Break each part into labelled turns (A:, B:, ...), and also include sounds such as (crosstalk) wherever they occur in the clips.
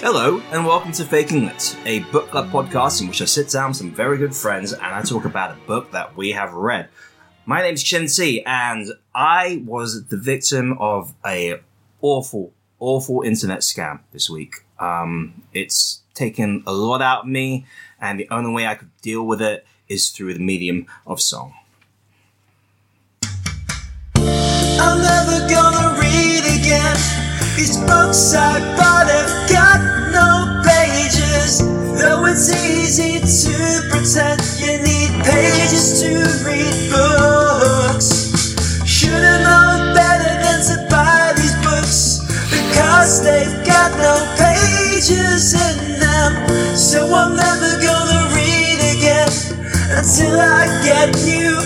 A: Hello, and welcome to Faking Lit, a book club podcast in which I sit down with some very good friends and I talk about a book that we have read. My name's Chen Si, and I was the victim of a awful, awful internet scam this week. Um, it's taken a lot out of me, and the only way I could deal with it is through the medium of song.
B: I'm never gonna read again these books I bought have got no pages. Though it's easy to pretend you need pages to read books. Should've known better than to buy these books because they've got no pages in them. So I'm never gonna read again until I get new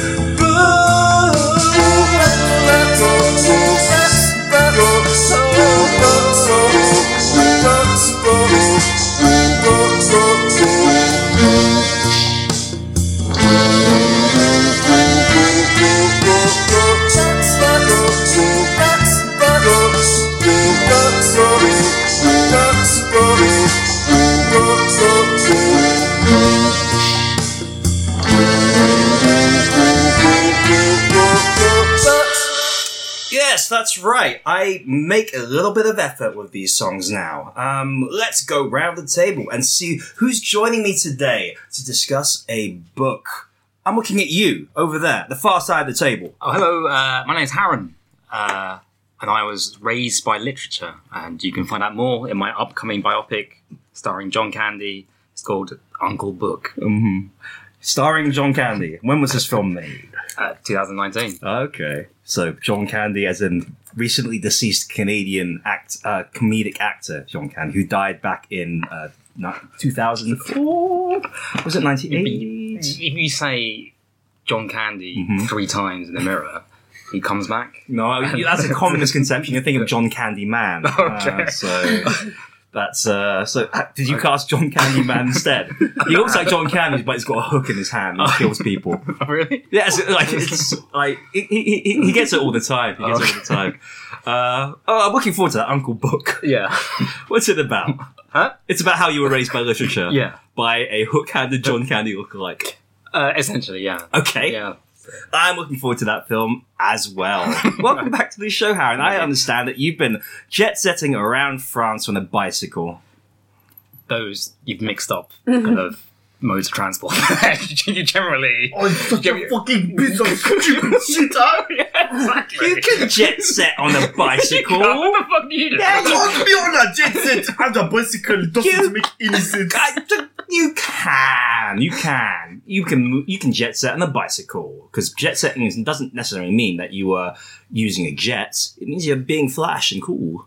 A: Yes, that's right. I make a little bit of effort with these songs now. Um, let's go round the table and see who's joining me today to discuss a book. I'm looking at you over there, the far side of the table.
C: Oh, hello. Uh, my name's Haran, uh, and I was raised by literature. And you can find out more in my upcoming biopic starring John Candy. It's called Uncle Book,
A: Starring John Candy. When was this film made?
C: uh, 2019.
A: Okay. So, John Candy, as in recently deceased Canadian act, uh, comedic actor John Candy, who died back in uh, ni- 2004? Was it 1980?
C: If you say John Candy three times in the mirror, he comes (laughs) back.
A: No, that's a common misconception. You're thinking of John Candy Man.
C: (laughs) Okay.
A: Uh, so that's uh, so. uh, Did you cast John Candy Man instead? He looks like John Candy, but he's got a hook in his hand and kills
C: Oh.
A: people.
C: really?
A: Yeah, it's, like it's like he, he, he- he gets it all the time. He gets it all the time. Uh, oh, I'm looking forward to that Uncle Book. (laughs)
C: Yeah.
A: What's it about?
C: Huh?
A: It's about how you were raised by literature.
C: Yeah.
A: By a hook-handed John Candy lookalike.
C: Uh, essentially, yeah.
A: Okay.
C: Yeah.
A: I'm looking forward to that film as well. Welcome back to the show, Harry. I understand that you've been jet setting around France on a bicycle.
C: Those you've mixed up kind of modes of transport. (laughs) you generally.
D: I'm Oh, such
C: a
D: fucking piece of stupid shit, huh?
C: yeah, exactly.
A: You can jet set on a bicycle.
C: (laughs) What the fuck do you do?
D: Don't be on a jet set and a bicycle
A: You-
D: doesn't make any sense.
A: I- You can, you can, you can, you can jet set on a bicycle because jet setting is- doesn't necessarily mean that you are using a jet. It means you're being flash and cool.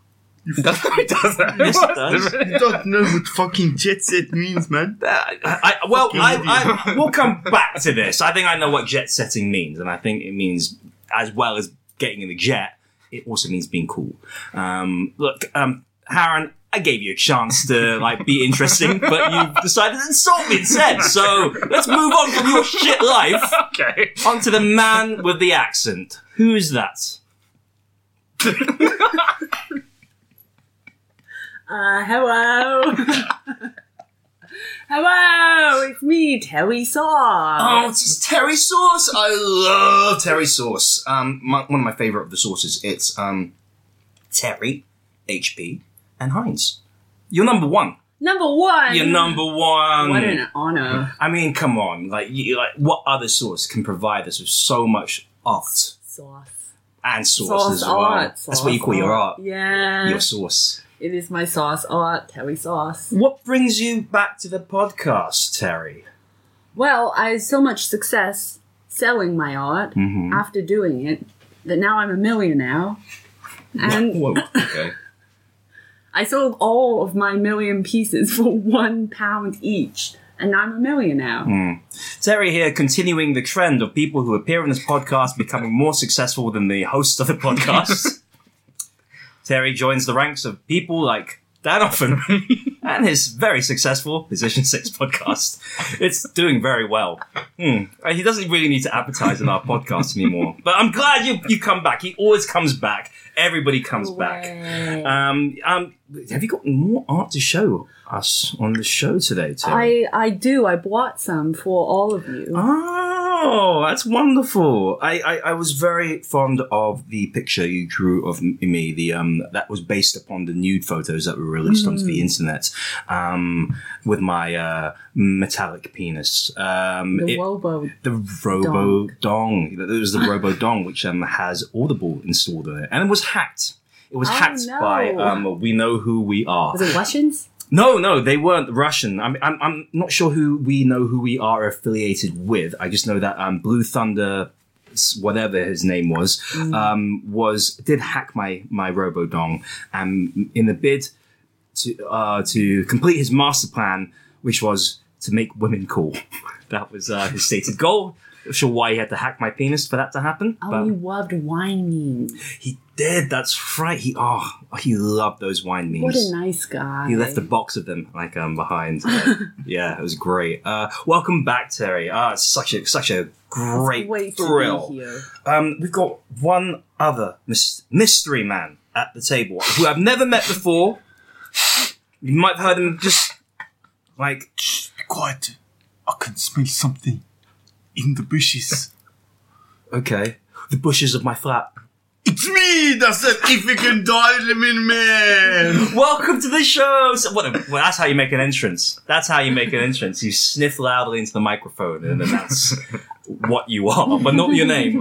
C: That's how it (laughs) does that.
A: Yes, it does.
D: You don't know what fucking jet set means, man.
A: I, I- well,
D: Fucking
A: I, I, we'll come back to this. I think I know what jet setting means, and I think it means as well as getting in the jet, it also means being cool. Um, look, um, Haran, I gave you a chance to like be interesting, but you decided to insult me instead. So let's move on from your shit life
C: Okay. (laughs)
A: onto the man with the accent. Who's that?
E: Uh, hello. (laughs) hello, it's me, Terry Saw.
A: Oh, it's Terry sauce. I love Terry sauce. Um, my, one of my favorite of the sauces. It's um, Terry, HP, and Heinz. You're number one.
E: Number one.
A: You're number one.
E: What an honor.
A: I mean, come on. Like, you, like, what other sauce can provide us with so much art
E: Sauce.
A: and sauce,
E: Sauce
A: as well?
E: art.
A: That's what you call your art.
E: Yeah.
A: Your sauce.
E: It is my sauce art, Terry Sauce.
A: What brings you back to the podcast, Terry?
E: Well, I had so much success selling my art
A: Mm-hmm.
E: after doing it that now I'm a millionaire. And
A: Whoa. Okay.
E: I sold all of my million pieces (laughs) for one pound each, and I'm a millionaire.
A: Mm, Terry here, continuing the trend of people who appear on this podcast becoming more successful than the hosts of the podcast. Terry joins the ranks of people like Dan Offen, and his very successful Position 6 podcast. It's doing very well. Hmm. Uh, He doesn't really need to advertise on our podcast anymore. But I'm glad you, you come back. He always comes back. Everybody comes back. Um, um, have you got more art to show us on the show today, Tim?
E: I, I do. I bought some for all of you.
A: Oh, that's wonderful. I, I, I was very fond of the picture you drew of m- me. The um that was based upon the nude photos that were released onto
E: Mm.
A: the internet, um with my uh, metallic penis. Um,
E: the
A: it-
E: Wobo.
A: the Robo Dong. It
E: (laughs)
A: was the Robo Dong, which um, has Audible installed in it, and it was hacked. It was
E: Oh,
A: hacked
E: no.
A: by um, we know who we are.
E: Was it Russians?
A: No, no, they weren't Russian. I'm, I'm, I'm not sure who we know who we are affiliated with. I just know that um, Blue Thunder, s- whatever his name was,
E: Mm.
A: um, was did hack my my Robodong, and in a bid to uh, to complete his master plan, which was to make women cool. (laughs) That was uh, his stated goal. Not sure why he had to hack my penis for that to happen.
E: (laughs) Oh,
A: but
E: you loved whining.
A: he did. That's right. He oh, he loved those wine memes.
E: What a nice guy.
A: He left a box of them like um behind.
E: (laughs)
A: yeah, it was great. Uh, welcome back, Terry. Ah, it's such a such a great
E: Wait to
A: thrill.
E: be here.
A: Um, we've got one other mys- mystery man at the table who I've never met before. You might have heard him just like
D: Quiet. I can smell something in the bushes.
A: okay, the bushes of my flat.
D: It's me, that's that African diamond man.
A: Welcome to the show. So, what a, well, that's how you make an entrance. That's how you make an entrance. You sniff loudly into the microphone and
E: (laughs)
A: announce what you are, but not your name.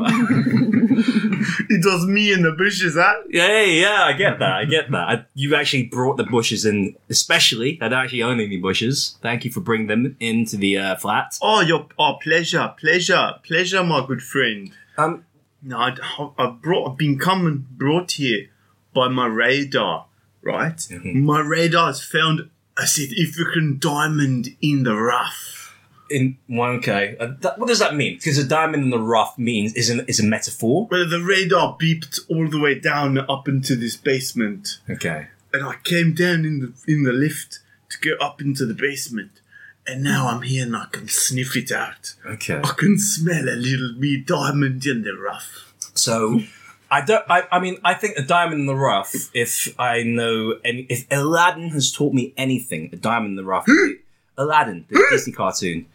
D: It was me in the bushes, huh?
A: Yeah, yeah, yeah, I get that. I get that. I, you actually brought the bushes in, especially. I don't actually own any bushes. Thank you for bringing them into the uh, flat.
D: Oh, your oh, pleasure, pleasure, pleasure, my good friend.
A: Um,
D: No, I, I brought, I've been come brought here by my radar, right?
A: Mm-hmm.
D: My radar has found a South African diamond in the rough.
A: in well, okay, uh, that, what does that mean? Because a diamond in the rough means is an, is a metaphor.
D: Well, the radar beeped all the way down up into this basement,
A: Okay.
D: and I came down in the in the lift to go up into the basement, and now I'm here and I can sniff it out.
A: Okay.
D: I can smell a little wee diamond in the rough.
A: So, I don't. I, I mean, I think a diamond in the rough. If I know any, if Aladdin has taught me anything, a diamond in the (gasps) rough. Aladdin, the Disney cartoon.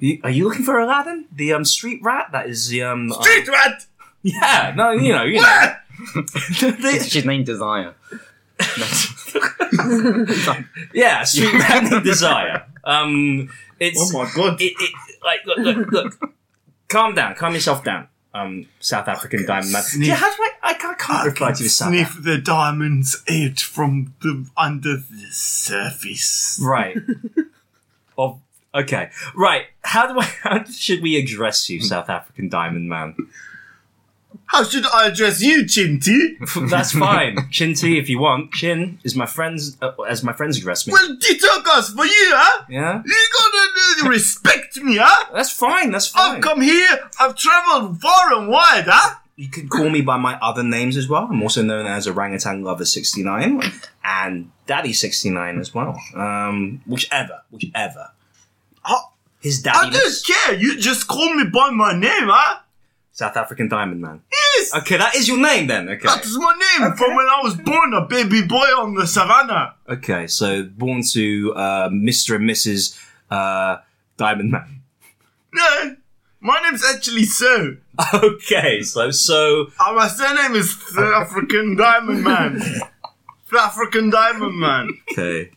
A: You- Are you looking for Aladdin? The um street rat that is the um uh,
D: Street rat!
A: Yeah, no, you know, you know.
D: Ah!
A: (laughs) They-
C: She's named Desire.
A: yeah, street random desire. Um, it's
D: Oh my god!
A: it, it, like look, look, look. calm down, calm yourself down. Um, South African diamond man.
D: sniff.
A: Yeah, how do I? I can't, can't reply
D: can
A: to you, South.
D: sniff the diamonds out from the under the surface.
A: Right. of okay. Right. How do I? How should we address you, South African diamond man?
D: How should I address you,
A: (laughs)
D: Chinty?
A: That's fine.
D: (laughs)
A: Chinty, if you want. Chin is my friends uh, as my friends address me.
D: well, Titokas, for you, huh?
A: Yeah.
D: You gotta uh, respect me, huh?
A: That's fine. That's fine.
D: I've come here. I've travelled far and wide, huh?
A: You can call me by my other names as well. I'm also known as Orangutan Lover 69 and Daddy 69 as well. Um, whichever, whichever. Oh,
D: I,
A: His
D: I
A: daddy
D: don't care. You just call me by my name, huh?
A: South African Diamond Man.
D: Yes,
A: Okay, that is your name then. Okay.
D: that's my name from when I was born, a baby boy on the savannah.
A: Okay, so born to uh, Mr. and Mrs. Uh, Diamond Man. (laughs)
D: No, my name's actually Sir.
A: Okay, so so
D: Uh, my surname is South African Diamond Man. South African Diamond Man.
A: okay.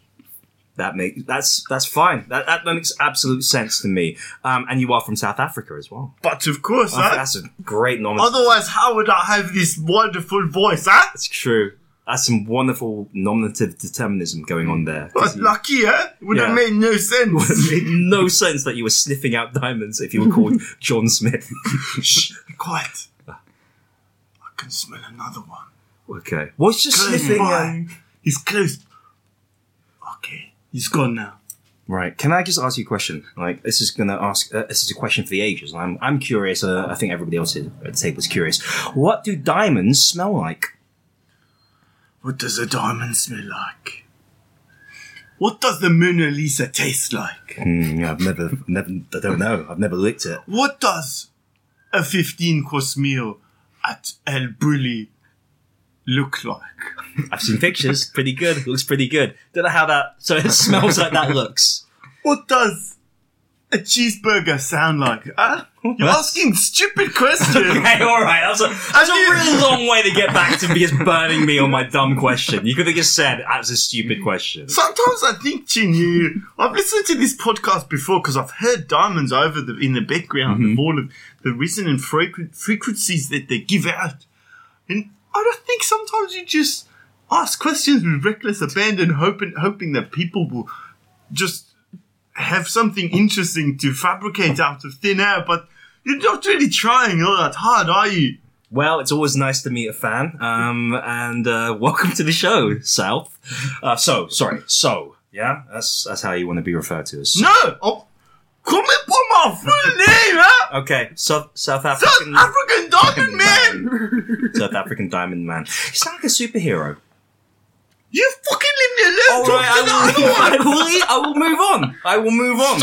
A: That makes that's that's fine. That, that makes absolute sense to me. Um, and you are from South Africa as well.
D: But of course, huh?
A: That's a great nomination.
D: Otherwise, how would I have this wonderful voice, huh?
A: That's true. That's some wonderful nominative determinism going on there.
D: But
A: 'Cause you-
D: lucky, huh? Would
A: Yeah.
D: have made no
A: (laughs)
D: sense.
A: it made no sense that you were sniffing out diamonds if you were (laughs) called John Smith.
D: Shh, be quiet. I can smell another one.
A: okay. What's just
D: Close
A: sniffing?
D: by.
A: um,
D: He's close. Okay, he's gone now.
A: Right. Can I just ask you a question? Like, this is going to ask, uh, this is a question for the ages. and I'm, I'm curious. Uh, I think everybody else is- at the table is curious. What do diamonds smell like?
D: What does a diamond smell like? What does the Mona Lisa taste like?
A: Mm, I've never, never, I don't know. I've never licked it.
D: What does a 15 course meal at El Bulli look like?
A: I've seen pictures. Pretty good. Looks pretty good. Don't know how that. So it smells like that looks.
D: What does a cheeseburger sound like? Huh? You're
A: What?
D: asking
A: (laughs)
D: stupid questions.
A: Okay, all right. That's a, that's a
D: you-
A: really long way to get back to just burning me on my dumb question. You could have just said that's a stupid question.
D: Sometimes I think, Chinyu, I've listened to this podcast before because I've heard diamonds over the, in the background of all of the resonant frequ- frequencies that they give out. And I don't think sometimes you just ask questions with reckless abandon, hoping, hoping that people will just have something interesting to fabricate out of thin air, but you're not really trying all that hard, are you?
A: Well, it's always nice to meet a fan. Um, and uh, welcome to the show, South. Uh, so sorry. So yeah, that's that's how you want to be referred to as.
D: No! Oh, I'll, call me by my full name, huh?
A: Okay, South South
D: South
A: African
D: African Diamond Man!
A: South African Diamond Man. You sound like a superhero.
D: You fucking leave me alone.
A: All
D: Talk
A: right, I (laughs)
D: to the
A: will,
D: other
A: I
D: one.
A: will, I will move on. I will move on.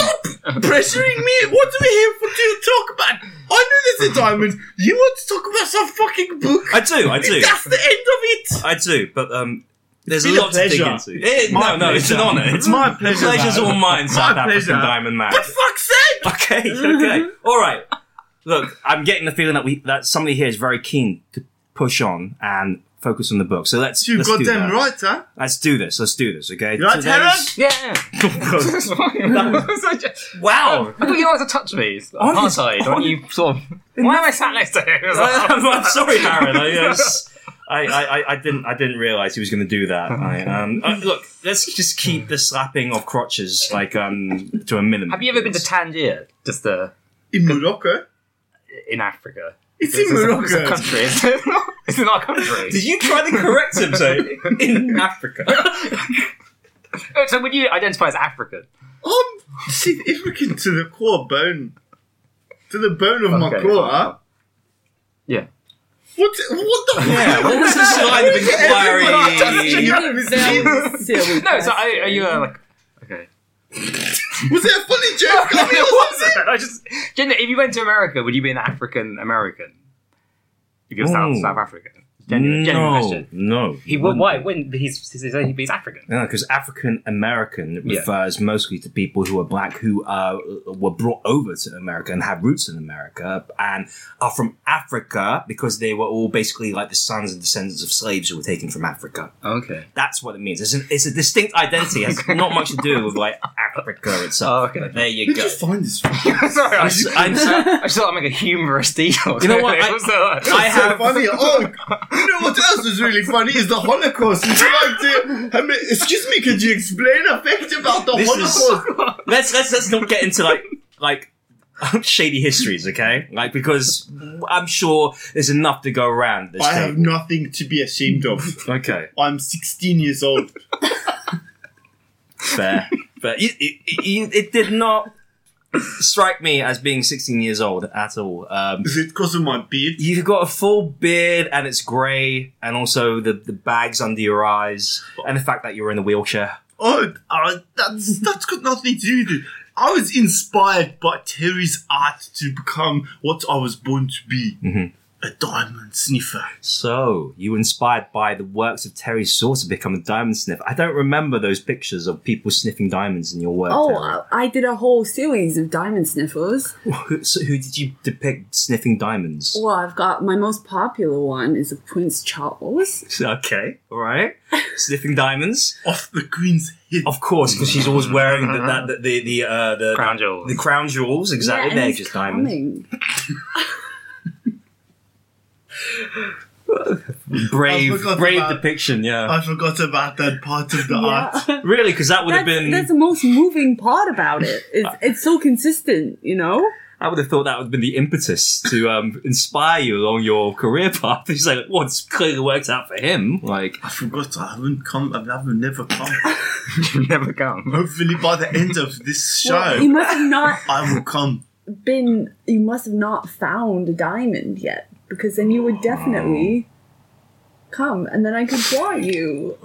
D: Pressuring me. What are we here for to talk about? I know there's a diamond. You want to talk about some fucking book?
A: I do, I do,
D: That's the end of it.
A: I do. But um, there's
D: It's
A: a
D: been a
A: lot to dig
D: pleasure.
A: into. Eh,
D: My
A: no, no, it's an
D: pleasure.
A: honor. It's
D: My pleasure,
A: Pleasure's
D: man.
A: all mine, South
D: My
A: African
D: pleasure.
A: Diamond Man.
D: But fuck's sake.
A: (laughs) Okay,
D: (laughs)
A: okay, all right. Look, I'm getting the feeling that we that somebody here is very keen to push on and focus on the book. So let's
D: You
A: let's do
D: goddamn
A: that.
D: right, huh?
A: Let's do this. Let's do this. Okay.
D: You right,
A: Today's-
D: Harold?
C: (laughs) Yeah. That's (laughs) fine. I just-
A: Wow.
C: I thought you guys were touch me.
A: Honest-
C: Apartheid. Aren't you sort of? (laughs) Why am I sat next to him?
D: Oh.
C: oh.
A: I- (laughs)
C: (laughs)
A: I'm, I'm sorry, Aaron. I, I was- I, I, I- I didn't I didn't realize he was going to do that. I, um, uh, look, let's just keep the slapping of crotches like um to a minimum.
C: Have you ever been to Tangier? Just uh,
D: In Morocco.
C: in Africa.
D: It's in
C: a- it's a
D: Morocco.
C: (laughs) country. It's not, it's not a country.
A: Did you try to correct him? So
C: (laughs)
A: in Africa,
C: Oh, so would you identify as African?
D: I'm South African to the core bone. To the bone of my
C: Okay.
D: core, huh?
C: Yeah.
D: What, what the
A: yeah. What was this line of
D: (laughs)
A: inquiry?
C: (laughs)
E: Very silly
C: No, so I,
E: question.
C: are you uh, like okay?
A: (laughs)
D: Was that a funny joke
C: No,
D: coming
C: it
D: or something?
C: wasn't. I just Jenna, if you went to America, would you be an African American? If you're South
A: Ooh.
C: South African, genuine, genuine
A: No,
C: question.
A: no.
C: He would. Why? When he's he's, he's, he's African.
A: because African American
C: Yeah.
A: refers mostly to people who are black who uh, were brought over to America and have roots in America and are from Africa because they were all basically like the sons and descendants of slaves who were taken from Africa.
C: Okay.
A: That's what it means. It's, an, it's a distinct identity. It has not much to do with like Africa
C: Oh, (laughs)
A: itself.
C: okay.
A: But there you
D: Where'd
A: go.
D: you find this from?
C: Sorry, I
A: I'm,
C: just,
A: I'm so-
C: I just thought I'd make a humorous deal.
A: You know what? I-
C: (laughs) It was, uh,
A: I
D: so
A: have
D: funny. Oh, you know what else is really funny is the Holocaust. Would you like to? I mean, excuse me, could you explain a fact about the
A: This is-
D: Holocaust?
C: (laughs)
A: let's let's let's not get into like like (laughs) shady histories, okay? Like because I'm sure there's enough to go around. This
D: I have
A: table.
D: nothing to be ashamed of.
A: okay,
D: I'm 16 years old.
A: fair, but it, it, it, it did not strike me as being 16 years old at all. Um,
D: Is it because of my beard?
A: you've got a full beard and it's grey, and also the the bags under your eyes, and the fact that you're in a wheelchair.
D: Oh, uh, that's that's got nothing to do with it. I was inspired by Terry's art to become what I was born to be.
A: Mm-hmm.
D: A diamond sniffer.
A: So you were inspired by the works of Terry Saw to become a diamond sniffer. I don't remember those pictures of people sniffing diamonds in your work.
E: Oh,
A: Terry.
E: I- I did a whole series of diamond sniffles.
A: Who, so who did you depict sniffing diamonds?
E: Well, I've got my most popular one is of Prince Charles.
A: Okay, all right. (laughs) sniffing diamonds,
D: Off the Queen's head.
A: of course, because she's always wearing the that, the the the, uh, the
C: Crown jewels.
A: The crown jewels, exactly.
E: Yeah, and
A: They're
E: it's
A: just diamonds. (laughs)
E: coming.
D: I
A: Brave,
D: forgot
A: brave
D: about-
A: depiction. Yeah,
E: Uh,
D: I forgot about that part of the art.
E: Yeah.
A: really, because that would have
E: (laughs) That's,
A: been.
E: that's the most moving part about it.
A: (laughs)
E: It's, it's so consistent, you know?
A: I would have thought that would have been the impetus to um, inspire you along your career path. (laughs) It's like, well, it's clearly worked out for him. Like,
D: I forgot I haven't come, I haven't never come.
C: You've never
A: (laughs)
C: come.
D: Hopefully, by the end of this show,
E: Well, you must have not
D: I will come.
E: been, you must have not found a diamond yet, because then you would
A: Oh.
E: definitely come and then I could draw you.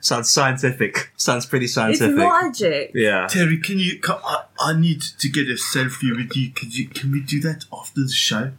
A: Sounds scientific. Sounds pretty
E: It's
A: scientific.
E: logic.
A: yeah.
D: Terry, can you? Can, I, I need to get a selfie with you. Can you? Can we do that after the show?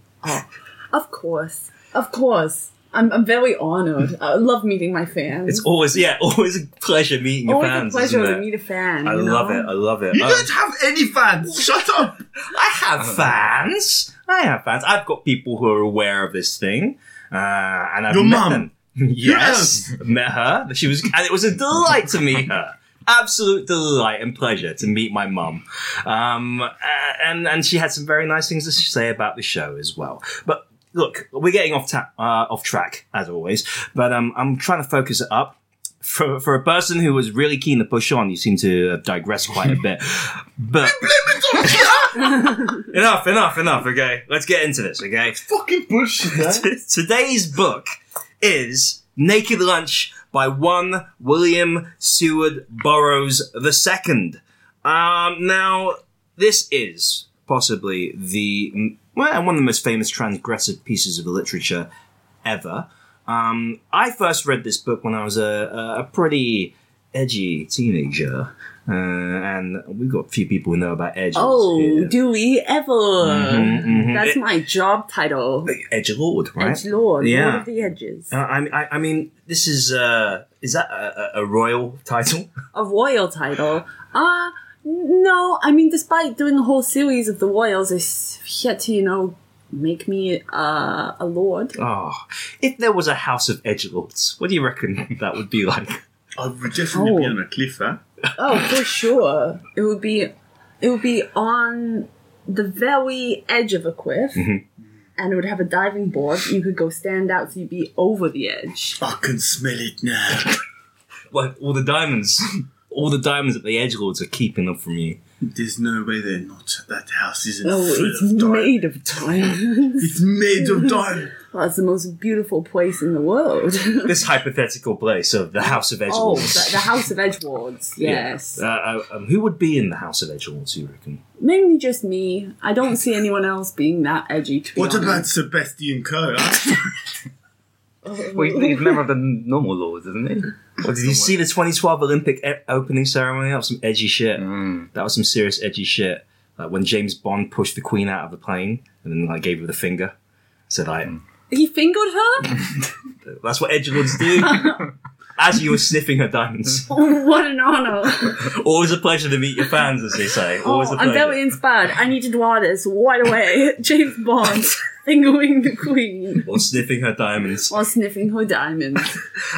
E: Of course. Of course. I'm, I'm very honored. I love meeting my fans.
A: It's always yeah, (laughs) always a pleasure meeting your
E: always
A: fans.
E: a pleasure
A: isn't
E: to
A: it?
E: meet a fan.
A: I
E: you know?
A: love it. I love it.
D: You
A: Oh,
D: don't have any fans. Shut up.
A: I
D: Uh.
A: have fans. I have fans. I've got people who are aware of this thing, uh, and I've
D: Your
A: met
D: mum.
A: them. Yes, (laughs) met her. She was, and it was a delight to meet her. Absolute delight and pleasure to meet my mum, um, uh, and and she had some very nice things to say about the show as well. But look, we're getting off ta- uh, off track as always. But um, I'm trying to focus it up. For, for a person who was really keen to push on, you seem to digress quite a bit. But (laughs) enough, enough, enough. Okay, let's get into this. Okay,
D: Fucking bullshit. eh?
A: (laughs) today's book is Naked Lunch by one William Seward Burroughs II. Um, now this is possibly the well, one of the most famous transgressive pieces of literature ever. Um, I first read this book when I was a, a pretty edgy teenager. Uh, and we've got a few people who know about edge.
E: Oh, do we ever?
A: mhm.
E: That's
A: It-
E: my job title.
A: Edge Lord, right?
E: Edge Lord, Lord
A: Yeah.
E: of the Edges.
A: Uh, I, I, I mean, this is uh, is that a, a- a royal (laughs) title?
E: a royal title. Uh no, I mean despite doing the whole series of the royals, it's yet to, you know, make me uh, a lord.
A: Oh, if there was a House of Edgelords, what do you reckon that would be like?
D: (laughs) I would definitely be
E: Oh.
D: on a cliff, huh?
E: Oh,
D: (sighs)
E: for sure. It would be it would be on the very edge of a cliff.
D: Mm-hmm.
E: And it would have a diving board. You could go stand out so you'd be over the edge.
D: I can smell it now.
A: Like all the diamonds, all the diamonds that the Edgelords are keeping up from you.
D: There's no way they're not. That house isn't
E: Oh,
D: full
E: it's
D: of diamonds.
E: made of diamonds. (laughs)
D: It's made of diamonds.
E: well, it's the most beautiful place in the world. (laughs)
A: This hypothetical place of the House of
E: oh,
A: Edgelords.
E: the, the House of Edgewards. Yes.
A: Uh, uh, um, who would be in the House of Edgelords? You reckon?
E: Mainly just me. I don't see anyone else being that edgy. To be
D: What about
E: honest.
D: Sebastian Coe? huh?
C: Well, he's, he's a member of the normal lords, isn't he?
A: Well, did you see the 2012 Olympic e- opening ceremony? That was some edgy shit. That was some serious edgy shit. Like when James Bond pushed the Queen out of the plane and then like gave her the finger. So like,
E: he
D: (laughs)
E: fingered her?
A: That's what edgelords do. As you were sniffing her
E: (laughs)
A: diamonds.
E: Oh, what an honor!
A: Always a pleasure to meet your fans, as they say. Always
E: Oh,
A: a
E: I'm
A: pleasure.
E: very inspired. I need to draw this right away. (laughs) James Bond fingering the Queen
A: or sniffing her diamonds.
E: while sniffing her diamonds.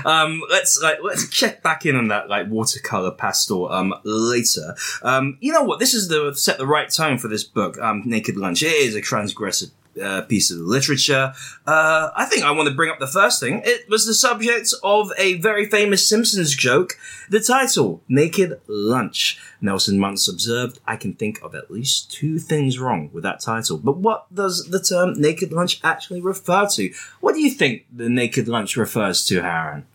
A: Um, let's like let's check back in on that like watercolor pastel um later. Um, you know what? This is the set the right tone for this book. Um, Naked Lunch. It is a transgressive uh, piece of literature. Uh, I think I want to bring up the first thing. It was the subject of a very famous Simpsons joke. The title, Naked Lunch. Nelson Muntz observed, I can think of at least two things wrong with that title. But what does the term naked lunch actually refer to? What do you think the naked lunch refers to, Haran?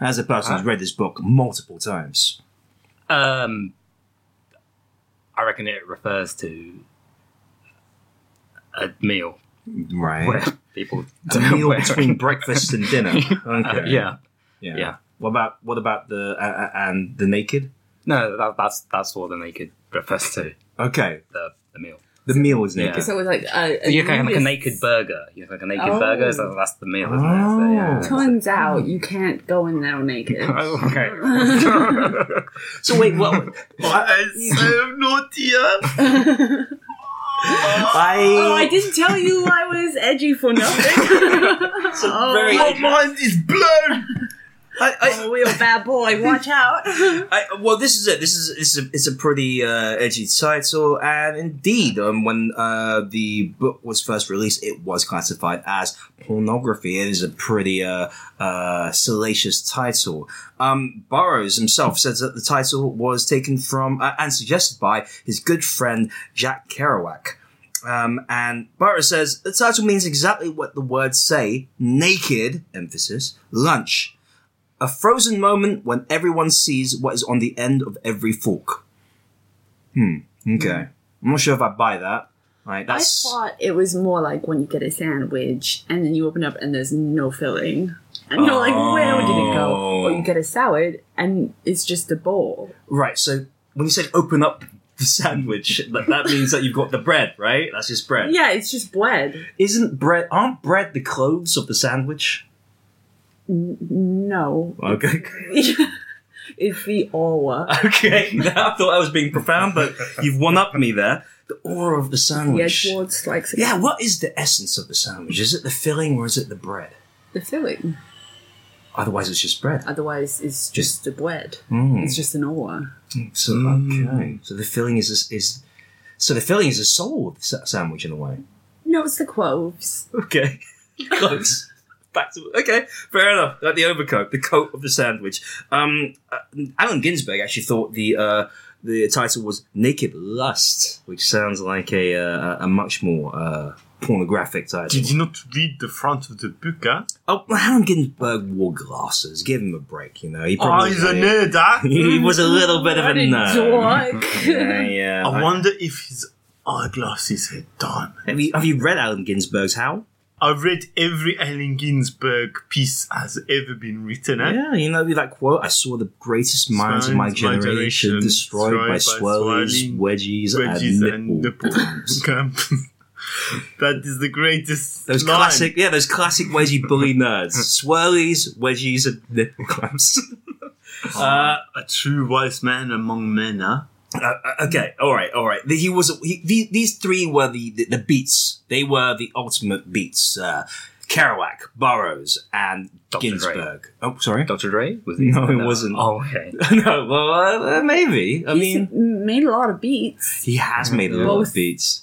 A: As a person who's read this book multiple times.
C: Um, I reckon it refers to a meal where
A: Right.
C: people
A: A meal
C: (laughs) where-
A: between breakfast and dinner. Okay.
C: (laughs) yeah,
A: yeah.
C: yeah.
A: What about what about the uh, uh, and the naked?
C: no, that, that's that's what the naked refers to
A: Okay.
C: the, the meal.
A: The meal is
C: Yeah.
A: naked.
E: So it was like uh, a, a
C: You can like a
E: nudist-
C: naked burger. You have like a naked
E: Oh.
C: burger. So that's the meal, isn't it? So, yeah.
A: Oh.
C: (laughs)
E: Turns out you can't go in
A: (laughs)
E: there naked. (laughs)
C: Oh, okay. Oh,
A: So wait, (laughs) what?
C: (laughs)
D: I am so naughty. huh?
A: I,
E: Oh, I didn't tell you I was edgy
A: (laughs)
E: for nothing. oh,
A: very-
D: My mind is blown.
A: I, I,
E: oh, real bad boy,
A: (laughs)
E: watch out.
A: I, well, this is it. This is it's a, it's a pretty uh, edgy title, and indeed, um, when uh, the book was first released, it was classified as pornography. It is a pretty uh, uh, salacious title. Um, Burroughs himself says that the title was taken from uh, and suggested by his good friend Jack Kerouac. Um, and Burroughs says the title means exactly what the words say: naked emphasis lunch. A frozen moment when everyone sees what is on the end of every fork. Hmm. Okay. I'm not sure if I buy that. Like
E: Hmm. I
A: that's
E: thought it was more like when you get a sandwich and then you open up and there's no filling. And you're like, where did it go?
A: Oh.
E: Or you get a salad and it's just a bowl.
A: right. So when you said open up the sandwich, that, that means that you've got the bread, right? That's just bread.
E: Yeah, it's just bread.
A: Isn't bread? Aren't bread the clothes of the sandwich?
E: No.
A: Okay.
E: (laughs) it's the aura.
A: Okay, (laughs) now I thought I was being profound, but you've one up me there. The aura of the
E: Yeah,
A: sandwich.
E: Schwartz likes it.
A: Yeah, what is the essence of the sandwich? Is it the filling or is it the bread?
E: The filling.
A: Otherwise, it's just bread.
E: Otherwise, it's just a bread.
A: Mm.
E: It's just an aura.
A: So okay, so the filling is is so the filling is the soul of the sa- sandwich in a way.
E: No, it's the cloves.
D: (laughs)
A: Okay, close. Back to okay, fair enough. Like the overcoat, the coat of the sandwich. Um, uh, Allen Ginsberg actually thought the uh, the title was "Naked Lust," which sounds like a uh, a much more uh, pornographic title.
D: Did you not read the front of the book, huh?
A: Oh, Allen Ginsberg wore glasses. Give him a break, you know. He
D: Oh,
A: probably
D: he's a nerd, huh?
E: (laughs)
A: he was a little bit of a
E: What a
A: (laughs) nerd. Yeah,
E: dork.
A: yeah.
D: (laughs) I wonder if his eyeglasses had diamond.
A: have you have you read Allen Ginsberg's Howl?
D: I've read every Allen Ginsberg piece has ever been written, eh?
A: Yeah, you know that quote. I saw the greatest minds of my
D: Minds of my
A: generation,
D: generation
A: destroyed, by, swirlies,
D: swirling,
A: wedgies,
D: wedges
A: and
D: and
A: nipple.
D: nipples. Okay. (laughs) that is the
A: (laughs)
D: greatest.
A: Those
D: line.
A: classic, yeah, those classic wedgie bully (laughs) nerds. Swirlies, wedgies, and nipple clamps. (laughs) uh,
D: A true wise man among men, huh?
A: Uh, okay, all right, all right. He was he, the- these three were the, the the beats. They were the ultimate beats. Uh, Kerouac, Burroughs, and
C: Dr. Dre.
A: Ginsberg. Oh, sorry.
C: Dr. Dre? Was
A: No, it wasn't.
C: Oh, okay.
A: (laughs) no, well, uh, uh, maybe. I mean,
E: Made a lot of beats.
A: he has made a lot of
E: Both.
A: beats,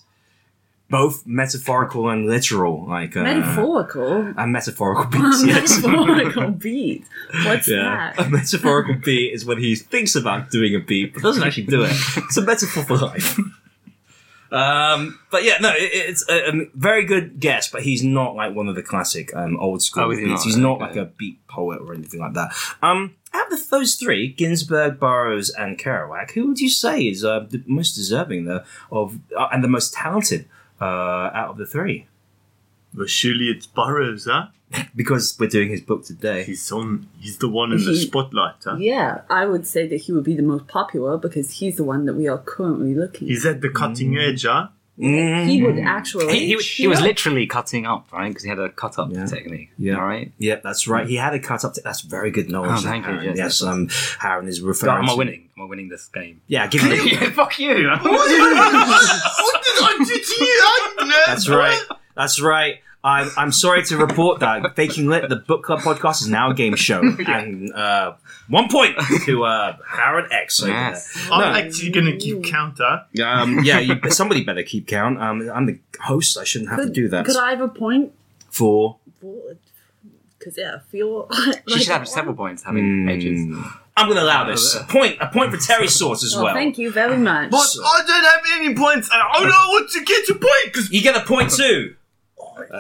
A: both metaphorical and literal, like uh,
E: Metaphorical.
A: and metaphorical beats. (laughs) Yes.
E: (laughs) Metaphorical beat. What's
A: Yeah, a
E: that?
A: metaphorical beat is when he thinks about doing a beat but doesn't actually do it. It's a metaphor for life. Um, but yeah, no, it, it's a, a very good guess, but he's not like one of the classic um, old school
C: Oh, is he
A: beats.
C: not?
A: He's not
C: Okay.
A: like a beat poet or anything like that. Um, out of those three, Ginsberg, Burroughs, and Kerouac, who would you say is uh, the most deserving though, of uh, and the most talented uh, out of the three?
D: Well, surely it's Burroughs, huh?
A: Because we're doing his book today.
D: He's on. He's the one in the
E: He-
D: spotlight, huh?
E: Yeah, I would say that he would be the most popular because he's the one that we are currently looking
D: He's at the cutting
A: Mm.
D: edge, huh?
E: at. He would actually.
C: He, he, was- he was literally cutting up, right? Because he had a cut up
A: Yeah.
C: technique.
A: Yeah.
C: All right.
A: Yeah, that's right. He had a cut up. that's very good knowledge.
C: Mm. Oh, thank you.
A: Harren.
C: Yes,
A: Yes,
C: yes,
A: um, Harren is referring.
C: Am I
A: to-
C: winning? Am I winning this game? (laughs)
A: Yeah, give me. the- (laughs)
C: fuck you. (laughs)
D: what did I do to you? I nerd,
A: that's right. That's right. I'm, I'm sorry to report that Faking Lit, the book club podcast, is now a game
C: (laughs)
A: show. And uh, one point to uh, Harren X. Over
C: Yes.
D: I'm
A: No.
D: actually going to keep counter.
A: there. Um, yeah, you, somebody better keep count. Um, I'm the host. I shouldn't have
E: could,
A: to do that.
E: Could I have a point?
A: For
E: Because yeah, I feel. (laughs) Like
C: She should have several points having edges. (laughs)
A: I'm going to allow
C: Oh,
A: this. A point. A point for Terry Sauce as
E: Well,
A: well.
E: Oh, thank you very much.
D: But I don't have any points, and I don't want to get a point because
A: You get a point too.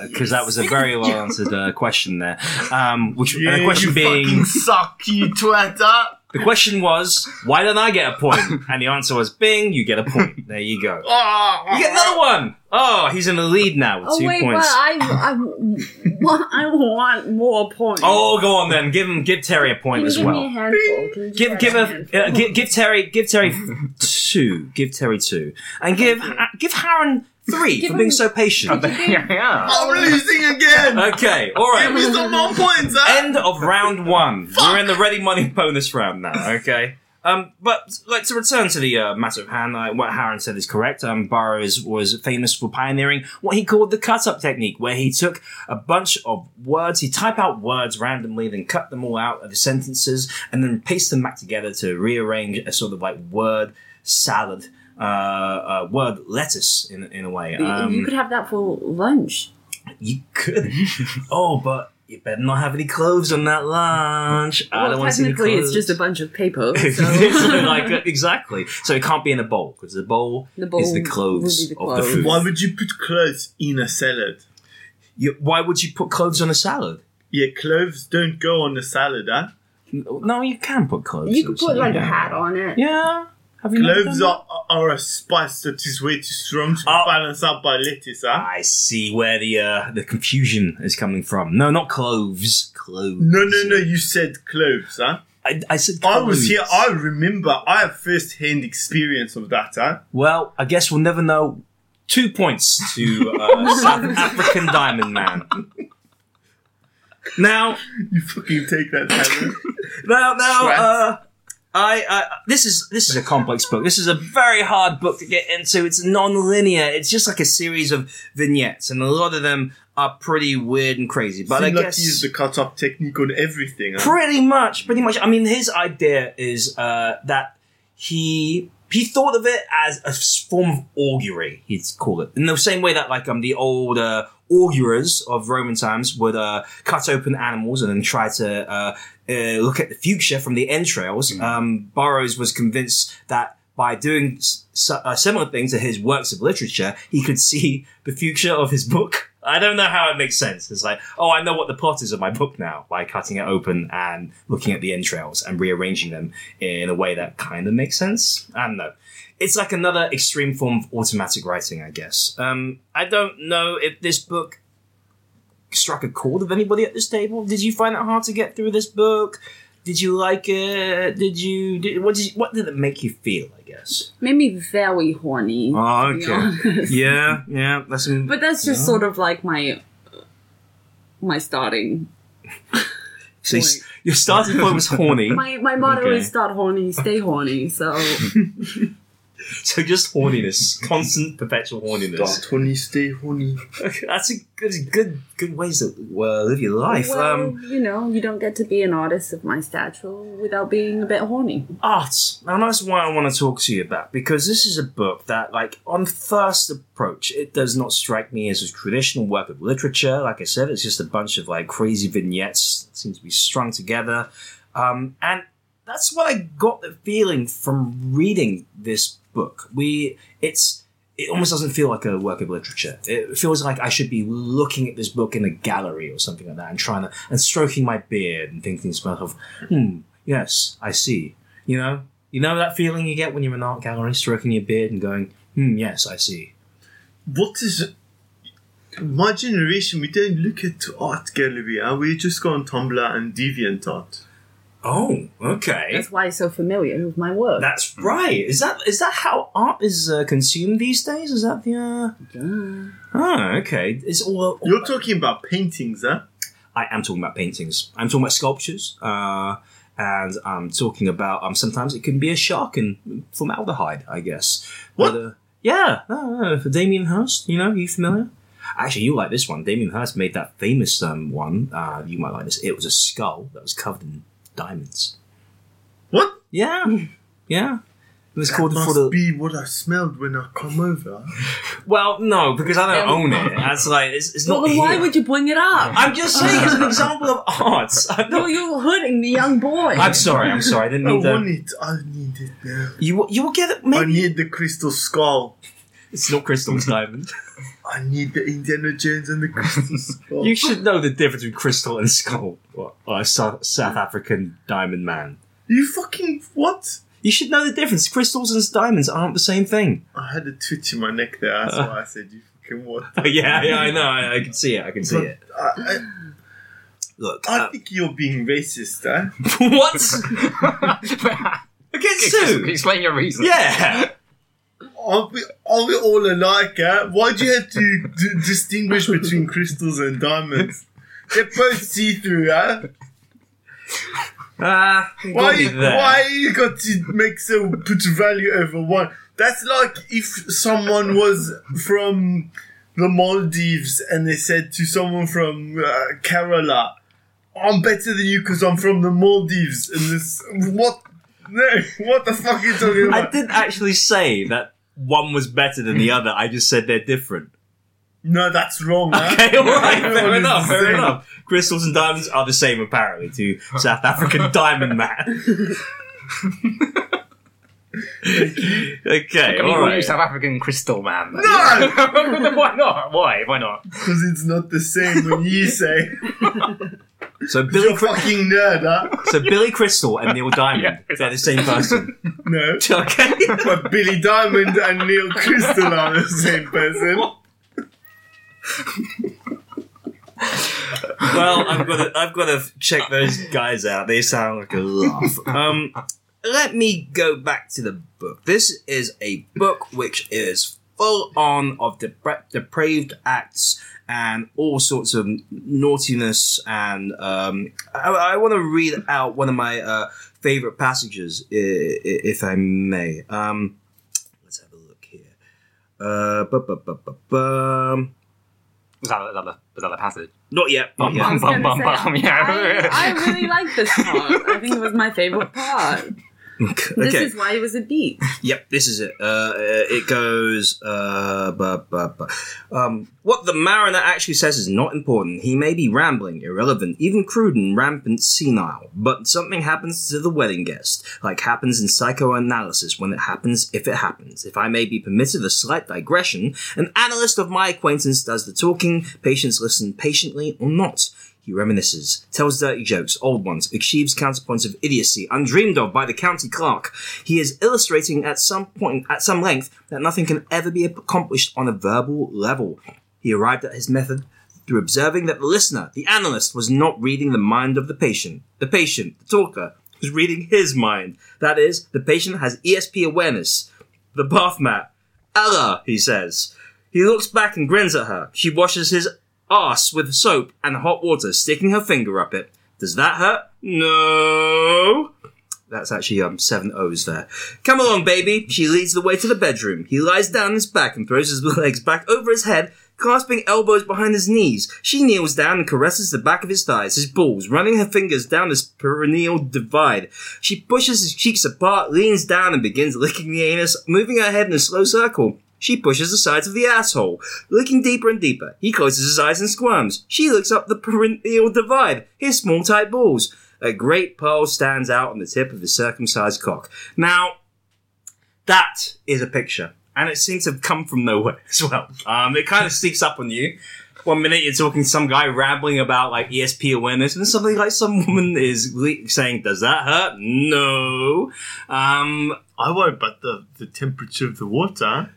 A: Because Uh, that was a very well answered uh, question there. Um, which and the question
D: you
A: being
D: fucking suck, you twat. huh?
A: the question was why don't I get a point? And the answer was Bing, you get a (laughs) point. There you go.
D: Ah.
A: You get another one. Oh, he's in the lead now with
E: oh
A: two
E: wait,
A: points.
E: but I, I, want- I want more points.
A: Oh, go on then. Give him give Terry a point
E: Can you
A: as
E: give me a
A: well.
E: handful? Can you just
A: Give
E: have
A: give a
E: handful?
A: uh, give, give Terry give (laughs) Terry two. Give Terry two, and give uh, give Harren three
E: Give
A: for being
E: him-
A: so patient.
C: yeah, yeah. (laughs)
D: I'm losing again.
A: (laughs)
D: (laughs)
A: Okay, all right.
D: Give me some more points. huh?
A: end of round one. We're in the ready money bonus round now. Okay. Um, but like to return to the uh, matter of hand, like, what Harren said is correct. Um, Burroughs was famous for pioneering what he called the cut-up technique, where he took a bunch of words, he type out words randomly, then cut them all out of the sentences, and then paste them back together to rearrange a sort of like word salad, uh, uh word lettuce in in a way. Um,
E: you could have that for lunch.
A: you could. (laughs) oh, but you better not have any clothes on that lunch. I don't
E: well,
A: want to see any
E: technically,
A: clothes.
E: it's just a bunch
A: (laughs)
E: of paper. So.
A: So, like uh, exactly. So it can't be in a bowl because the bowl,
E: The bowl
A: is the
E: would be
A: clothes of
E: the
A: the
E: clothes.
A: food.
D: Why would you put cloves in a salad?
A: You- why would you put clothes on a salad?
D: Yeah, cloves don't go on a salad, huh?
A: No, you can put clothes.
E: you
A: on a
E: could put like
A: salad.
E: a hat on it.
A: Yeah. Have you never
D: Cloves
A: done
D: are, are a spice that is way too strong to be
A: Oh.
D: balanced out by lettuce,
A: that?
D: huh?
A: I see where the uh, the confusion is coming from. No, not cloves. Cloves.
D: No, no, no, you said cloves, huh?
A: I, I said
D: I
A: cloves.
D: was here, I remember, I have first hand experience of that, huh? (laughs)
A: Well, I guess we'll never know. Two points to
D: (laughs)
A: uh, South African Diamond Man. Now,
D: You fucking take that, Tyler.
A: now, now,
D: Right.
A: uh, I, I this is this is a complex book. This is a very hard book to get into. It's non-linear. It's just like a series of vignettes, and a lot of them are pretty weird and crazy. But I
D: Seem like
A: guess
D: he used the cut-off technique on everything, huh?
A: Pretty much, pretty much. I mean, his idea is uh, that he he thought of it as a s- form of augury. He'd call it in the same way that like um the old uh, augurers of Roman times would uh, cut open animals and then try to uh, uh, look at the future from the entrails. Um, Burroughs was convinced that. By doing s- s- a similar thing to his works of literature, he could see (laughs) the future of his book. I don't know how it makes sense. It's like, oh, I know what the plot is of my book now by cutting it open and looking at the entrails and rearranging them in a way that kind of makes sense. I don't know. It's like another extreme form of automatic writing, I guess. Um, I don't know if this book struck a chord with anybody at this table. Did you find it hard to get through this book? Did you like it? Did you? Did, what did? You, what did it make you feel? I guess.
E: Made me very horny. to be
A: (laughs)
E: honest.
A: Yeah, Oh, yeah. That's some,
E: But that's just sort of like my my starting.
A: so you s- your starting point was
E: (laughs)
A: horny. (laughs)
E: My my motto
A: Okay.
E: is start horny, stay
A: (laughs)
E: horny. So
A: So just horniness, constant, perpetual horniness.
D: Tony, stay horny.
A: (laughs) That's a good, good, good ways to uh, live your life.
E: well,
A: Um,
E: you know, you don't get to be an artist of my stature without being a bit horny.
A: Eh? art, and that's why I want to talk to you about because this is a book that, like, on first approach, it does not strike me as a traditional work of literature. Like I said, it's just a bunch of like crazy vignettes that seem to be strung together, um, and that's what I got the feeling from reading this book. We, it's it almost doesn't feel like a work of literature. It feels like I should be looking at this book in a gallery or something like that, and trying to and stroking my beard and thinking to myself, "Hmm, yes, I see." You know, you know that feeling you get when you're in an art gallery, stroking your beard and going, "Hmm, yes, I see."
D: What is... My generation, we don't look at art gallery, huh? We just go on Tumblr and DeviantArt.
A: Oh, okay,
E: That's why he's so familiar with my work.
A: that's right. Is that is that how art is uh, consumed these days? Is that the uh...
E: Yeah.
A: oh, okay? It's all
D: You're talking about paintings, huh?
A: I am talking about paintings. I'm talking about sculptures, uh, and I'm talking about um. Sometimes it can be a shark and formaldehyde, I guess.
D: What?
A: uh, yeah, uh, for Damien Hirst. You know, you familiar? Actually, you like this one. Damien Hirst made that famous um, one. Uh, you might like this. It was a skull that was covered in diamonds.
D: What?
A: Yeah,
E: (laughs)
A: yeah. It was called
D: Must
A: for the
D: be what I smelled when I come over.
A: well, no, because I don't own
E: Um,
A: it. That's like it's, it's
E: Well,
A: not.
E: then why
A: here.
E: would you bring it up?
A: I'm just saying it's an example of art. I'm,
E: (laughs) No,
A: not,
E: you're hurting the young boy.
A: I'm sorry. I'm sorry. (laughs) I didn't
D: I
A: mean to.
D: want it. I need it now.
A: You you will get it.
D: I
A: Maybe
D: need the crystal skull.
A: it's not crystal, it's (laughs) diamond.
D: I need the Indiana Jones and
A: (laughs)
D: the crystal skull.
A: you should know the difference between crystal and skull. Or, or South, South African diamond man.
D: You fucking what?
A: You should know the difference. Crystals and diamonds aren't the same (laughs) thing.
D: I had a twitch in my neck there. That's why I said you fucking what.
A: Oh, yeah, yeah, I know. I, I can see it. I can (laughs) see
D: But
A: it.
D: I,
A: Look,
D: I, I
A: uh,
D: think you're being racist, huh?
A: (laughs) what
C: Ex-
A: against Sue?
C: Explain your reason.
A: Yeah,
D: Are we, are we all alike, huh? Why do you have to d- distinguish between crystals and diamonds? They're both see-through, huh?
A: uh,
D: Why you, why you got to make so put value over one? That's like if someone was from the Maldives and they said to someone from uh, Kerala, "I'm better than you because I'm from the Maldives," and this what? No, (laughs) what the fuck are you talking
A: I
D: about?
A: didn't actually say that one was better than the other. I just said they're different.
D: No, that's wrong. eh? huh?
A: Okay, all right, (laughs) fair
D: Everyone is
A: enough,
D: the
A: fair
D: same.
A: enough. Crystals and diamonds are the same, apparently, to South (laughs) African diamond man. okay,
C: I mean,
A: all
C: all right.
A: right.
C: South African crystal man. (laughs)
D: No!
C: why not? Why? Why not?
D: Because it's not the same when you say.
A: So Billy,
D: You're a
A: Cri-
D: fucking nerd, huh?
A: so Billy Crystal and (laughs) Neil Diamond, they're the same (laughs) person.
D: No.
A: Okay.
D: But Billy Diamond and Neil Crystal are the same person.
A: well, I've got to, I've got to check those guys out. They sound like a laugh. Um, let me go back to the book. This is a book which is full on of depra- depraved acts and all sorts of naughtiness. And um, I, I want to read out one of my uh, favorite passages, i- i- if I may. Um, let's have a look here. Uh, bu- bu- bu- bu- bum.
C: Was that, was that, the, was that the passage?
A: Not yet. Not yet.
E: I was gonna
C: Bum, bum,
E: say,
C: bum, yeah.
E: I, I really like this part. I think it was my favorite part. This
A: okay.
E: is why it was a beat.
A: (laughs) Yep, this is it. Uh, uh, it goes. Uh, bu- bu- bu- Um, what the mariner actually says is not important. He may be rambling, irrelevant, even crude and rampant senile, but something happens to the wedding guest, like happens in psychoanalysis when it happens, if it happens. If I may be permitted a slight digression, an analyst of my acquaintance does the talking, patients listen patiently or not. He reminisces, tells dirty jokes, old ones, achieves counterpoints of idiocy undreamed of by the county clerk. He is illustrating at some point, at some length, that nothing can ever be accomplished on a verbal level. He arrived at his method through observing that the listener, the analyst, was not reading the mind of the patient. The patient, the talker, was reading his mind. That is, the patient has ESP awareness. The bath mat. Ella, he says. He looks back and grins at her. She washes his ass with soap and hot water, sticking her finger up it. Does that hurt? No. That's actually um seven O's there. Come along, baby. She leads the way to the bedroom. He lies down on his back and throws his (laughs) legs back over his head, clasping elbows behind his knees. She kneels down and caresses the back of his thighs, his balls, running her fingers down his perineal divide. She pushes his cheeks apart, leans down, and begins licking the anus, moving her head in a slow circle. She pushes the sides of the asshole, looking deeper and deeper. He closes his eyes and squirms. She looks up the perineal divide, his small tight balls. A great pearl stands out on the tip of his circumcised cock. Now, that is a picture, and it seems to have come from nowhere (laughs) as well. Um, it kind of sneaks up on you. One minute you're talking to some guy rambling about like ESP awareness, and suddenly like some woman is le- saying, "Does that hurt?" No. Um, (laughs)
D: I won't, but the, the temperature of the water.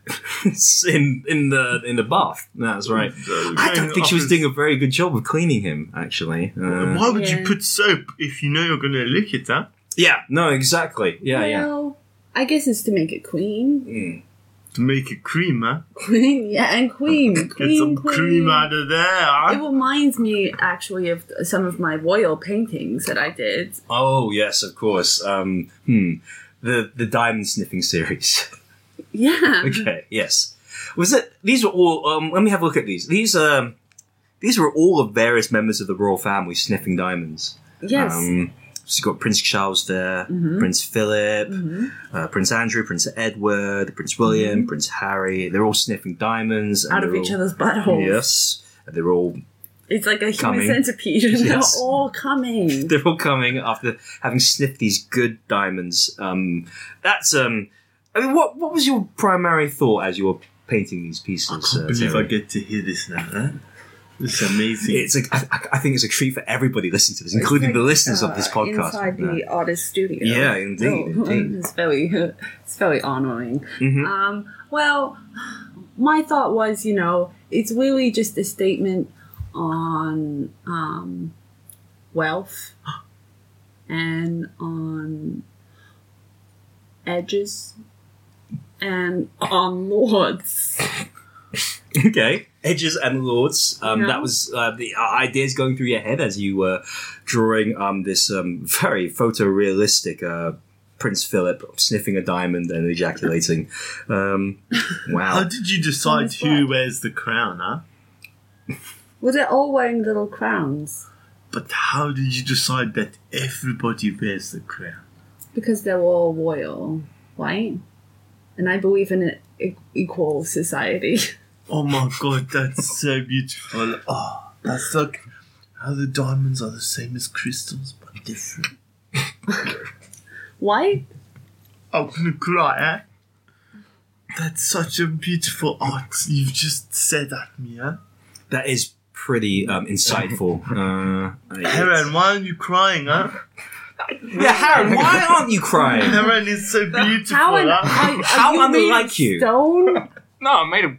A: in in the in the bath. That's right. I don't think she was doing a very good job of cleaning him, actually. Uh,
D: Why would you
E: Yeah.
D: put soap if you know you're going to lick it, huh?
A: yeah, no, exactly. Yeah, Oh, yeah.
E: well, I guess it's to make it queen.
D: To make a cream, huh?
E: Queen, yeah, and queen. Queen,
D: Get some
E: queen.
D: cream out of there,
E: It
D: huh?
E: reminds me actually of some of my royal paintings that I did.
A: Oh yes, of course. Um, hmm. The the diamond sniffing series. (laughs)
E: Yeah.
A: okay. Yes. Was it? These were all. Um, let me have a look at these. These um, these were all of various members of the royal family sniffing diamonds.
E: Yes. Mm-hmm.
A: Um, so you've got Prince Charles there, Prince Philip, uh, Prince Andrew, Prince Edward, Prince William, Prince Harry. They're all sniffing diamonds and
E: Mm-hmm. out of
A: they're
E: each
A: all-
E: other's buttholes.
A: Yes, and they're all
E: It's like a human
A: Coming.
E: centipede, and
A: Yes.
E: they're all
A: (laughs)
E: coming.
A: they're all coming after having sniffed these good diamonds. Um, that's um. I mean, what what was your primary thought as you were painting these pieces?
D: I can't
A: uh,
D: believe I
A: Terry?
D: get to hear this now, huh? This is amazing.
A: It's a, I, I- I think it's a treat for everybody listening to this, including the listeners of this
E: Uh,
A: podcast.
E: Inside
A: Yeah.
E: the artist studio.
A: Yeah, indeed,
E: Oh, (laughs)
A: indeed. Mm-hmm.
E: It's very, it's very honoring. Um, well, my thought was, you know, it's really just a statement on um, wealth (gasps) and on edges and on (laughs) lords.
A: (laughs) Okay, edges and lords. Um,
E: Yeah.
A: That was uh, the uh, ideas going through your head as you were drawing um, this um, very photorealistic uh, Prince Philip sniffing a diamond and ejaculating.
D: (laughs)
A: Um,
D: How
A: wow.
D: did you decide
E: Someone's
D: who
E: black.
D: wears the crown, huh?
E: Well, they're all wearing little crowns
D: But how did you decide that everybody wears the crown?
E: because they're all royal, right? And I believe in an e- equal society. (laughs)
D: Oh my god, that's so beautiful. Oh, that's like how the diamonds are the same as crystals but different.
E: Why?
D: I'm gonna cry, eh? That's such a beautiful art you've just said at me, eh?
A: That is pretty um,
D: (laughs)
A: insightful. Uh,
D: Heron, why are you crying, huh?
A: (laughs) yeah, Harren, why aren't you
D: (laughs)
A: crying?
D: Heron is so beautiful.
E: How, an,
D: huh?
E: are,
A: (laughs)
E: are
A: How
E: you made of
A: unlike you. (laughs)
E: Stone?
C: No, I made a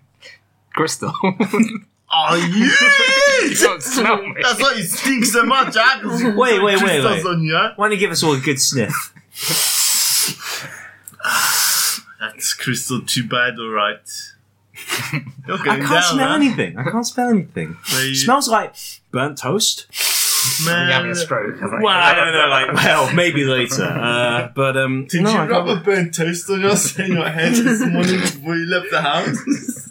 C: crystal. (laughs) you
D: Are you?
C: don't smell me.
D: That's why you stink so much, huh?
A: Wait, wait, wait,
D: Crystals
A: wait.
D: on you, huh?
A: Why don't you give us all a good sniff?
D: That's crystal too bad, alright.
A: (laughs)
D: You're
A: I
D: (laughs) going
A: can't
D: down,
A: smell
D: huh?
A: anything. I can't smell
D: (laughs)
A: anything.
D: They-
A: Smells like burnt toast.
D: Man.
C: I'm having a stroke. I'm like,
A: Well, I don't know. Like, (laughs) well, maybe later. Uh, but um,
D: Did
A: no,
D: you
A: I
D: rub
A: can't.
D: a burnt toast on your, (laughs) in your hand this morning before you left the house?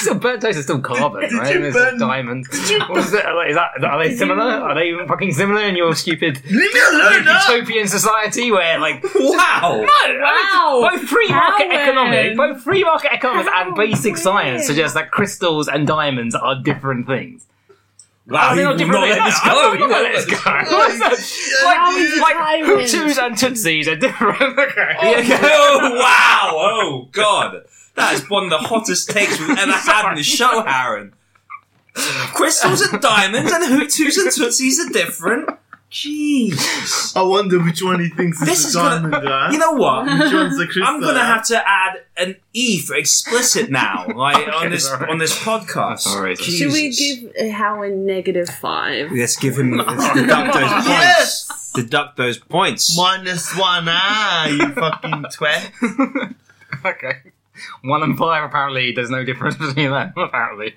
C: Still, burnt toast is still carbon,
D: Did
C: right?
D: you
C: It's
D: burn-
C: a diamond. What is it? Is that, are they similar? Are they even fucking similar in your stupid
D: Leave me
A: (laughs)
D: alone, huh?
C: utopian society where, like,
A: (laughs)
D: (laughs)
A: Wow.
E: Wow.
C: both free market
E: Howard.
C: economics, both free market economics and basic
E: Howard.
C: science suggest that crystals and diamonds are different things.
A: Wow.
C: Are they
A: You
C: not
A: would
C: different
A: not let
C: (laughs) things?
D: (laughs)
A: this
C: No,
A: go.
C: I'm not gonna let this
D: Holy
C: go.
D: shit, dude.
C: Like, like
E: Diamonds.
C: Hutus and Tutsis are different. (laughs)
A: Yeah, okay. (laughs) Oh wow! Oh god! That is one of the hottest takes we've ever had on the show, Aaron. Crystals and diamonds and Hutus and Tutsis are different. Jeez.
D: I wonder which one he thinks is
A: This
D: the
A: is
D: diamond, huh?
A: You know what?
D: which one's the crystal?
A: I'm gonna
D: huh?
A: have to add an E for explicit now, like on this
C: sorry.
A: on this podcast.
C: I'm sorry.
E: Should we
A: Jesus.
E: give uh, Howen negative five?
A: Let's give him (laughs) let's deduct those points.
D: Yes!
A: Deduct those points.
D: Minus one, ah, you fucking twat.
C: (laughs) okay. One and five, apparently, there's no difference between them, apparently.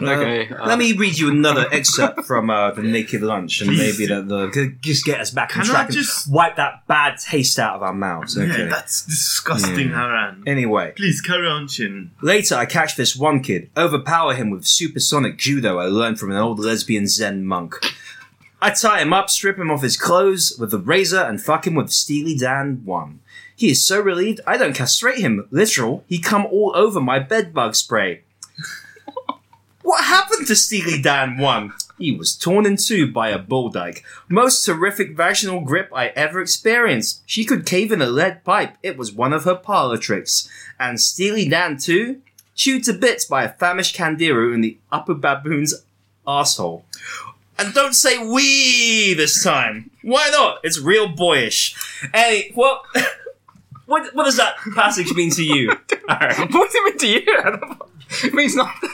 C: Okay.
A: Uh,
C: uh,
A: let me
D: um,
A: read you
D: (laughs)
A: another excerpt from uh, the Naked Lunch, and
D: Please
A: maybe that the could just get us back on
D: Can I
A: track and
D: just-
A: wipe that bad taste out of our mouths. Okay.
D: (laughs)
A: Eh.
D: Yeah, that's disgusting, Haran.
A: Anyway,
D: Please carry on, Chin.
A: later I catch this one kid, overpower him with supersonic judo I learned from an old lesbian Zen monk. I tie him up, strip him off his clothes with a razor, and fuck him with Steely Dan 1. He is so relieved, I don't castrate him. Literal, he come all over my bedbug spray. What happened to Steely Dan 1? He was torn in two by a bull dyke. Most terrific vaginal grip I ever experienced. She could cave in a lead pipe. It was one of her parlor tricks. And Steely Dan 2? Chewed to bits by a famished Candiru in the upper baboon's asshole. And don't say we this time. Why not? It's real boyish. Hey, what? (laughs) What, what does that passage mean to you? Aaron?
C: (laughs) what does it mean to you? it means nothing.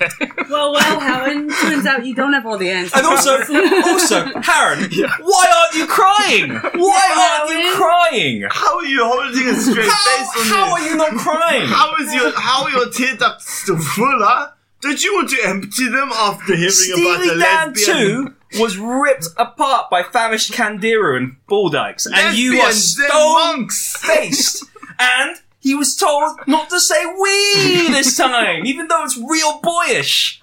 E: Well, well, Howen, turns out you don't have all the answers.
A: And also, also, Karen,
D: (laughs)
A: why aren't you crying? Why aren't you
E: Karen.
A: crying?
D: How are you holding a straight
A: How,
D: face on
A: how
D: this?
A: are you not crying?
D: How is your how are your tear ducts still full, huh? Don't you want to empty them after hearing about the
A: Steely Dan
D: lesbian?
A: 2 was ripped apart by famished Candiru and Baldikes, and you are
D: lesbian Zen
A: stone
D: monks.
A: faced. and he was told not to say we this time, even though it's real boyish.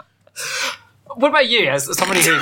C: What about you, as somebody (laughs) who.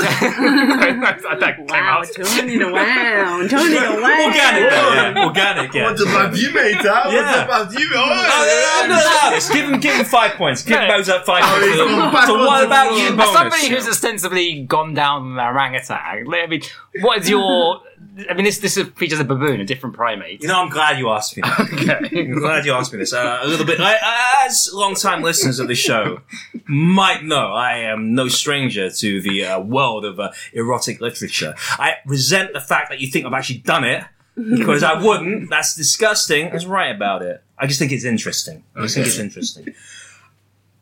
C: that came
E: (laughs) Wow,
C: out.
E: Tony the Wow, Tony the Wow.
A: (laughs) Organic, though, yeah. Organic, yeah.
D: What about you, mate? Huh?
A: Yeah.
D: What about you? Oh,
A: Oh, no, no, no, no, no. Give him, give him five points. Give
C: No.
A: Bones up five
D: Oh, he's
A: points.
D: gone back
A: So what
D: onto
A: about
D: the
A: you,
D: wall.
A: Bonus?
C: As somebody who's ostensibly gone down the orangutan, I mean, what is your? I mean, this this features a baboon, a different primate.
A: You know, I'm glad you asked me. That. I'm glad you asked me this. Uh, a little bit, I- I, as long-time listeners of the show might know, I am no stranger to the uh, world of uh, erotic literature. I resent the fact that you think I've actually done it because I wouldn't. That's disgusting. I was right about it. I just think it's interesting. I just think it's interesting.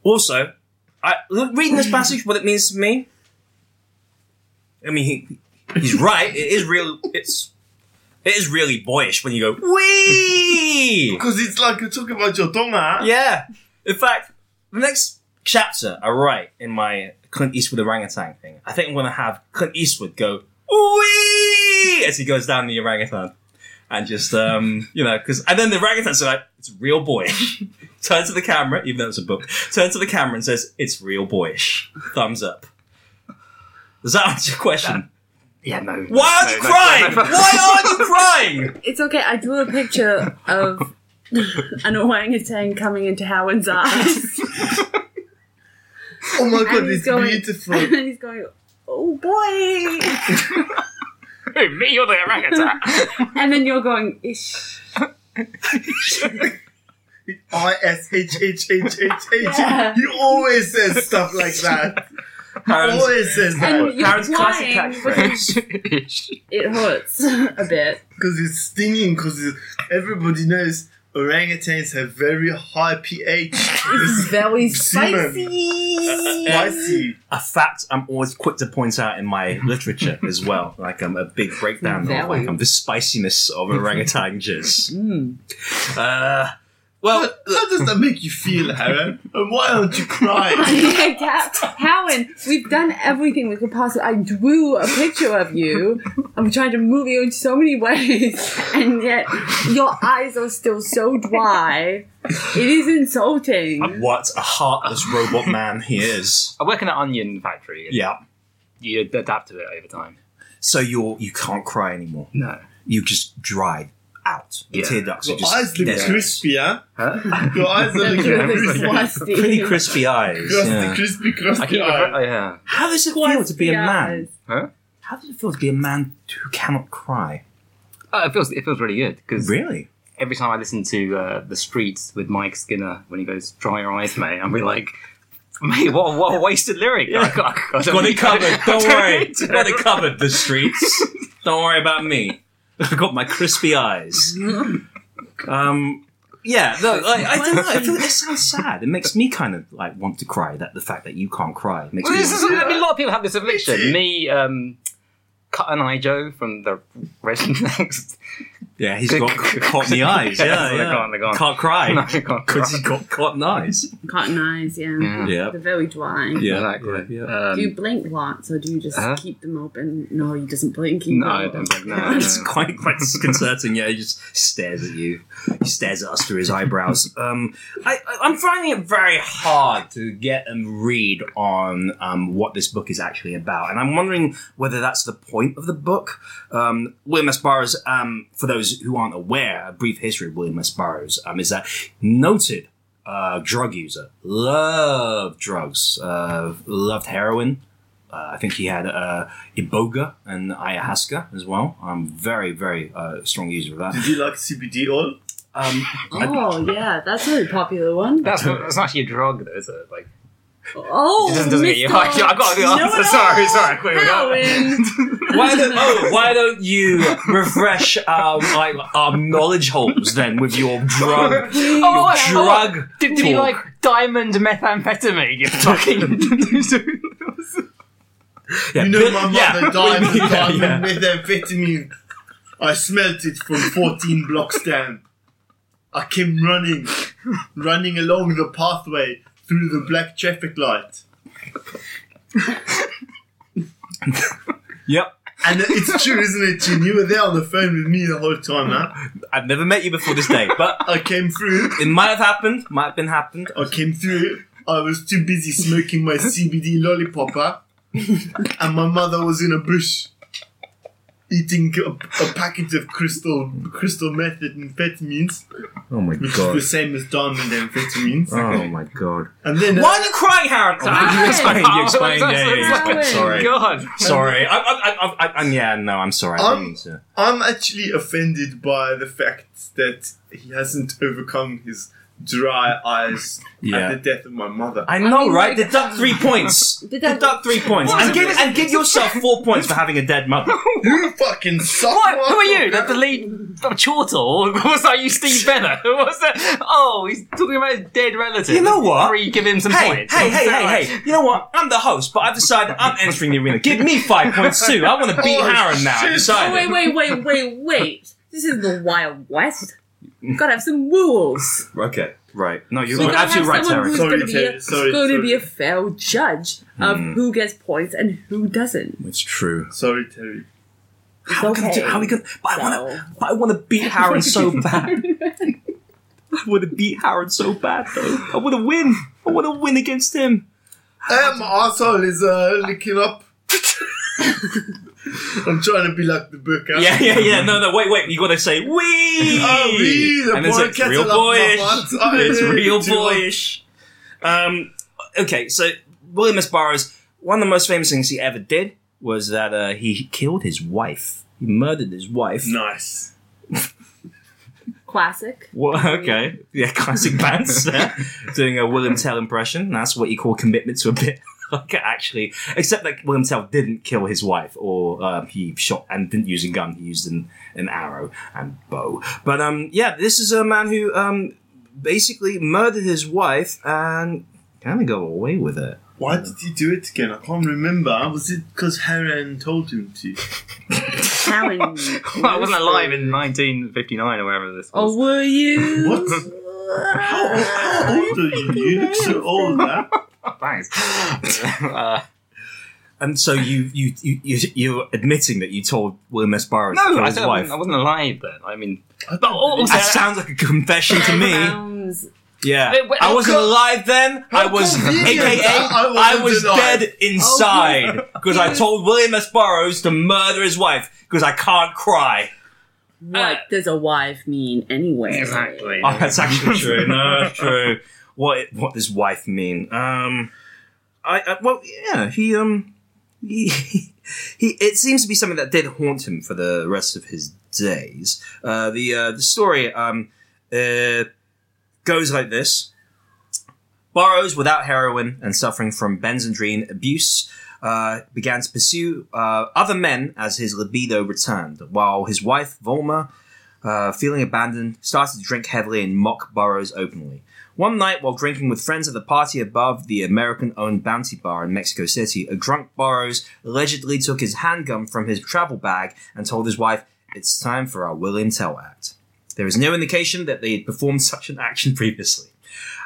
A: Also, I, look, reading this passage, what it means to me. I mean, he, he's right. It is real. It's it is really boyish when you go wee.
D: Because it's like you're talking about your tongue, huh?
A: Yeah. In fact, the next chapter I write in my Clint Eastwood orangutan thing, I think I'm going to have Clint Eastwood go, wee, as he goes down the orangutan. And just, um, you know, because, and then the orangutan's like, it's real boyish. (laughs) Turns to the camera, even though it's a book, turns to the camera and says, it's real boyish. Thumbs up. Does that answer your question?
C: Yeah, no.
A: Why aren't
C: no,
A: you
C: no,
A: crying?
C: (laughs) no, no.
A: Why aren't you crying?
E: It's okay. I drew a picture of (laughs) an orangutan coming into Howen's eyes.
D: Oh my god,
E: And
D: it's
E: he's going-
D: beautiful.
E: (laughs) and he's going, oh boy.
C: Who, me, you're the orangutan.
E: And then you're going, ish.
D: I S H H H H H.
E: Yeah.
D: He always says stuff like that.
A: (laughs) Harren's,
D: Always says
E: And
D: that
E: you're
A: Harren's classic
E: flying, which
A: catchphrase.
C: (laughs)
E: it hurts a bit.
D: because it's stinging. Because everybody knows orangutans have very high pH.
E: (laughs) It's very
D: Semen.
E: spicy.
D: Spicy.
A: a fact I'm always quick to point out in my literature as well. Like um, a big breakdown of like um, the spiciness of orangutan jizz. Uh, well,
D: How does that make you feel, Harry? And why aren't you
E: (laughs)
D: crying?
E: Yeah, Cap. Howen, we've done everything we could possibly. I drew a picture of you. I'm trying to move you in so many ways, and yet your eyes are still so dry. It is insulting.
A: what a heartless robot man he is.
C: I work in an onion factory.
A: Yeah.
C: You adapt to it over time.
A: So you're you can't cry anymore.
C: No.
A: You just dried out. Your
C: Yeah.
A: tear ducts are
D: Your
A: just
D: eyes look
A: there's
D: crispy, huh? Your eyes are looking
E: Drew
D: crispy.
E: is
A: Pretty
E: nasty.
A: crispy eyes.
D: Crusty,
A: yeah.
D: crispy, crusty
C: I keep.
D: eye.
C: refer- (laughs) oh, yeah.
A: How does it feel to be a man?
E: Yes.
C: Huh?
A: How does it feel to be a man who cannot cry?
C: Oh, it feels it feels really good because
A: Really?
C: every time I listen to uh, the streets with Mike Skinner when he goes "Dry your eyes, mate," I'm like, "Mate, what, what a wasted lyric!" I can't- I (laughs) don't
A: Got
C: need
A: it covered.
C: I
A: Don't worry.
C: need to-
A: Got it covered. The streets. Don't worry about me. I've got my crispy eyes. Um. Yeah. No, like, I don't know. I feel, it sounds sad. It makes me kind of like want to cry. That the fact that you can't cry makes
C: Well,
A: me.
C: this is,
A: want
C: I mean, a lot of people have this affliction. Me, um, Cut and I Joe from the Rednecks.
A: to, yeah, he's got caught in the
C: (laughs)
A: eyes. Yeah,
C: Yeah,
A: yeah.
C: they're gone, they're gone.
A: Can't cry. (laughs)
C: No, I can't
A: Because
C: cry.
A: he got caught in the eyes.
E: Cotton eyes, yeah.
C: Yeah.
A: Yeah.
E: They're very dry.
A: Yeah.
C: Exactly.
A: Yeah.
C: Um,
E: Do you blink lots, or do you just
C: Huh?
E: keep them open? No, he doesn't blink.
C: no, I
E: either.
C: don't think no,
A: (laughs) It's
C: no.
A: quite quite disconcerting. Yeah, he just stares at you. He stares at us through his eyebrows. Um, I, I- I'm finding it very hard to get a read on um, what this book is actually about, and I'm wondering whether that's the point of the book. Um, William S. Burroughs, um, for those who aren't aware, a brief history of William S. Burroughs um, is that noted uh, drug user, loved drugs, uh, loved heroin. Uh, I think he had uh, iboga and ayahuasca as well. I'm very, very uh, strong user of that.
D: Do you like CBD oil?
A: Um,
D: (laughs)
E: Oh yeah, that's a really popular one.
C: That's not, that's not actually a drug, though, is it? Like,
E: Oh,
C: it doesn't, doesn't get you.
E: Mr.
C: (laughs) I've got the answer.
E: Know-it-all
C: sorry, (laughs) sorry. Wait, wait,
E: Oh, Howard.
A: why don't oh, why don't you refresh our, like, our knowledge holes then with your drug
D: (laughs)
C: Oh,
A: your
C: I- oh,
A: drug
C: Did, did he
A: talk?
C: like diamond methamphetamine? (laughs) You're fucking. (laughs)
A: Yeah,
D: You know
A: Bill-
D: my mother
A: yeah. (laughs)
D: died from
A: Yeah,
D: diamond
A: yeah.
D: methamphetamine. I smelt it from 14 blocks down. I came running, running along the pathway through the black traffic light.
A: Yep,
D: And it's true, isn't it, Jin? You were there on the phone with me the whole time, huh?
A: I've never met you before this day, but
D: I came through,
A: it might have happened. Might have been happened.
D: I came through. I was too busy smoking my CBD lollipop, huh? and my mother was in a bush eating a, a packet of crystal crystal meth amphetamines,
A: Oh my
D: which (laughs) is the same as diamond amphetamines.
A: Oh my god!
D: And then uh,
A: Why are you crying, Harry?
E: Why?
A: You explain. You explain.
C: Oh,
A: yeah, yeah, yeah.
E: Howard.
C: (laughs)
A: Sorry.
C: God.
A: Sorry, I, I, I, I, I, yeah, no, I'm sorry. I didn't
D: Um,
A: mean to.
D: I'm actually offended by the fact that he hasn't overcome his dry eyes
A: Yeah.
D: at the death of my mother.
A: I know,
E: mean,
A: right?
E: like-
A: Deduct three points. (laughs)
E: Deduct-
A: Deduct three points,
E: What?
A: and get and get yourself four points for having a dead mother.
D: you fucking suck!
C: What? Who are
D: Michael.
C: you? The, the lead the Chortle? (laughs) Was that you, Steve Benner? (laughs) Was that? Oh, he's talking about his dead relative.
A: You know what?
C: Three, give him some
A: (laughs) Hey,
C: points.
A: hey, hey, hey, hey! You know what? I'm the host, but I've decided (laughs) I'm entering the arena. Give me five points too. I want to beat
D: Oh,
A: Harren now. I
D: shit.
A: decided.
E: Oh, wait, wait, wait, wait, wait. This is the Wild West. Gotta have some rules.
A: Okay, right. No, you're
E: We gotta have
A: absolutely right,
E: someone
A: Terry.
E: who's
D: Sorry,
E: gonna, be
D: Terry.
E: a,
D: Sorry,
E: gonna
D: sorry.
E: be a fair judge of who gets points and who doesn't.
A: It's true.
D: Sorry, Terry.
A: How are we gonna?
E: okay.
A: do- How are we gonna? But I want
E: So-
A: to. But I want to (laughs) beat Harren so bad. I want to beat Harren so bad, though. I want to win. I want to win against him.
D: Um, arsehole is uh, licking (laughs) up. I'm trying to be like the book. huh?
A: Yeah, yeah,
D: (laughs)
A: yeah. No, no. Wait, wait. You gotta say wee.
D: Oh, wee, the
A: and it's
D: boy
A: like, real
D: cattle up my
A: boyish.
D: butt.
A: (laughs)
D: I
A: it's
D: did (laughs)
A: real
D: too much.
A: boyish. Um. Okay, so William S. Burroughs, one of the most famous things he ever did was that uh, he killed his wife. He murdered his wife.
D: Nice.
E: (laughs) Classic.
A: Well,
C: (laughs)
A: okay. Yeah, classic bands. yeah. Doing a William Tell impression. That's what you call commitment to a bit. (laughs) like actually, except that William Tell didn't kill his wife, or um, he shot and didn't use a gun. He used an, an arrow and bow. But um, yeah, this is a man who um, basically murdered his wife and kind of got away with it.
D: Why did he do it again? I can't remember. Was it because Haran told him to?
C: (laughs)
E: Karen.
C: (laughs) Well, I wasn't alive in 1959 or wherever this was.
E: Oh, were you?
D: What? (laughs) How, how old are you? You look so old (laughs) now.
A: Oh. (laughs)
C: thanks. uh,
A: And so you you you you- you're admitting that you told William S. Burroughs to
C: no,
A: kill
C: I,
A: his
C: said I,
A: wife.
C: wasn't, I wasn't alive then. I mean,
D: I
C: but
D: don't
C: also,
A: That sounds like a confession to
E: (laughs)
A: me.
E: Pounds.
A: Yeah,
C: Wait, wait,
A: I wasn't
C: how co-
A: alive then. I was,
D: convenient.
A: aka,
D: I
A: I,
D: wasn't
A: was
D: alive.
C: Oh,
A: dead inside because I told William S. Burroughs to murder his wife because I can't cry.
E: What does a wife mean anyway?
C: exactly.
A: Oh, that's actually true. No, that's true. What what does wife mean? Um, I, I well, yeah, he um, he, (laughs) he it seems to be something that did haunt him for the rest of his days. Uh, the uh, the story um, uh, goes like this: Burrows, without heroin and suffering from benzodrine abuse, uh, began to pursue uh, other men as his libido returned, while his wife Volma uh, feeling abandoned, started to drink heavily and mock Burroughs openly. One night, while drinking with friends at the party above the American owned Bounty Bar in Mexico City, a drunk Burroughs allegedly took his handgun from his travel bag and told his wife, It's time for our William Tell act. There is no indication that they had performed such an action (laughs) previously.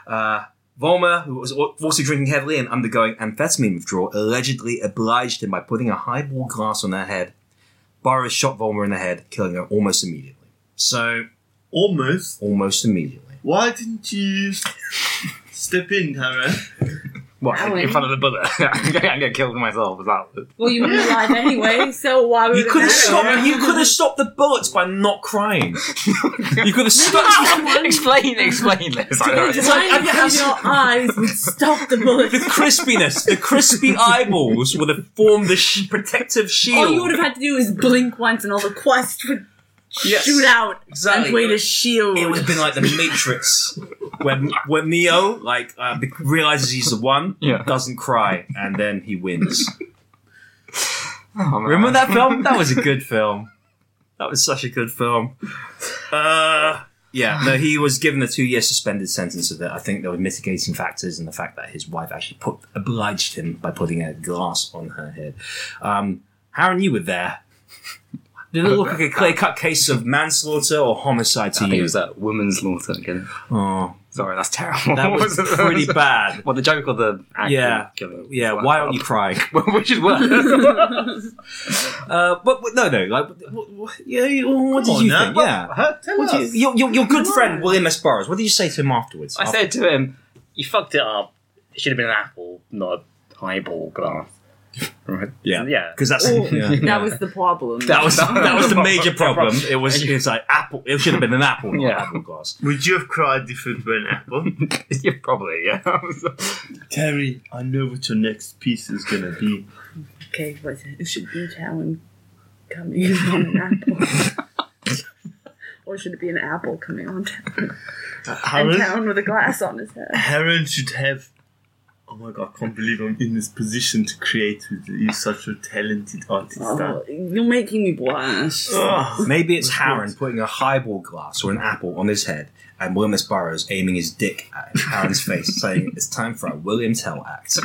A: Uh, Volmer, who was al- also drinking heavily and undergoing amphetamine withdrawal, allegedly obliged him by putting a highball glass on her head. Burroughs shot Volmer in the head, killing her almost immediately. So
D: Almost.
A: almost immediately.
D: Why didn't you (laughs) step in, Haran?
C: What, in- in
E: Alan.
C: front of the bullet. (laughs) I'm going to kill myself. Is that
E: Well, you weren't alive anyway, so why would
A: You
E: it
A: could have
E: matter?
A: stopped.
E: (laughs)
A: You could have stopped the bullets by not crying. You (laughs) could have stopped.
C: (laughs) explain, explain this. I don't know.
E: It's like, your eyes would stop the
A: The
E: bullets.
A: crispiness, the crispy eyeballs would have formed the sh- protective shield.
E: All you would have had to do is blink once, and all the quest would
A: Yes.
E: shoot out
A: Exactly.
E: and create a shield.
A: It would have been like the Matrix, where where Neo like uh, be- realizes he's the one,
C: Yeah.
A: doesn't cry, and then he wins.
C: Oh, man.
A: Remember that film? That was a good film. That was such a good film. Uh, yeah, no, he was given a two-year suspended sentence of that. I think there were mitigating factors and the fact that his wife actually put obliged him by putting a glass on her head. Um, Harren, you were there. Did it look like a clear-cut case of manslaughter or homicide to
C: I think it
A: you?
C: was that woman's slaughter again.
A: Oh,
C: Sorry, that's terrible.
A: that
C: (laughs)
A: was pretty bad.
C: Well, the joke or the act
A: Yeah.
C: of killing.
A: Yeah, why aren't you crying?
C: (laughs) Which is worse.
A: (laughs) Uh, but, but no, no, like, what, what, yeah, what
D: Come
A: did
D: on
A: you
D: now.
A: think?
D: What-
A: Yeah.
D: huh? Tell
A: What do
D: us.
A: you, your, your, your good friend William S. Burroughs, what did you say to him afterwards?
C: I said to him, "You fucked it up. It should have been an apple, not a highball glass." (laughs) Right?
A: yeah,
C: yeah.
A: because that's
E: Oh,
A: (laughs) yeah.
E: that
A: Yeah.
E: was the problem.
A: that
C: (laughs)
A: was that was the major problem. It was it's like apple. It should have been an apple, not
C: Yeah.
A: apple glass.
D: Would you have cried if it were an apple?
C: (laughs) yeah, probably. Yeah.
D: (laughs)
C: (laughs)
D: Terry, I know what your next piece is going to be.
E: okay, but it should be Talon coming on an apple.
A: (laughs)
E: Or should it be an apple coming on Talon? And
D: Haran,
E: Talon with a glass on his head.
D: Haran should have. Oh my god, I can't believe I'm in this position to create with you such a talented artist.
E: Oh, you're making me blush.
D: Ugh.
A: Maybe it's Harren putting a highball glass or an apple on his head, and William S. Burroughs aiming his dick at Harren's face, (laughs) saying, "It's time for a William Tell act."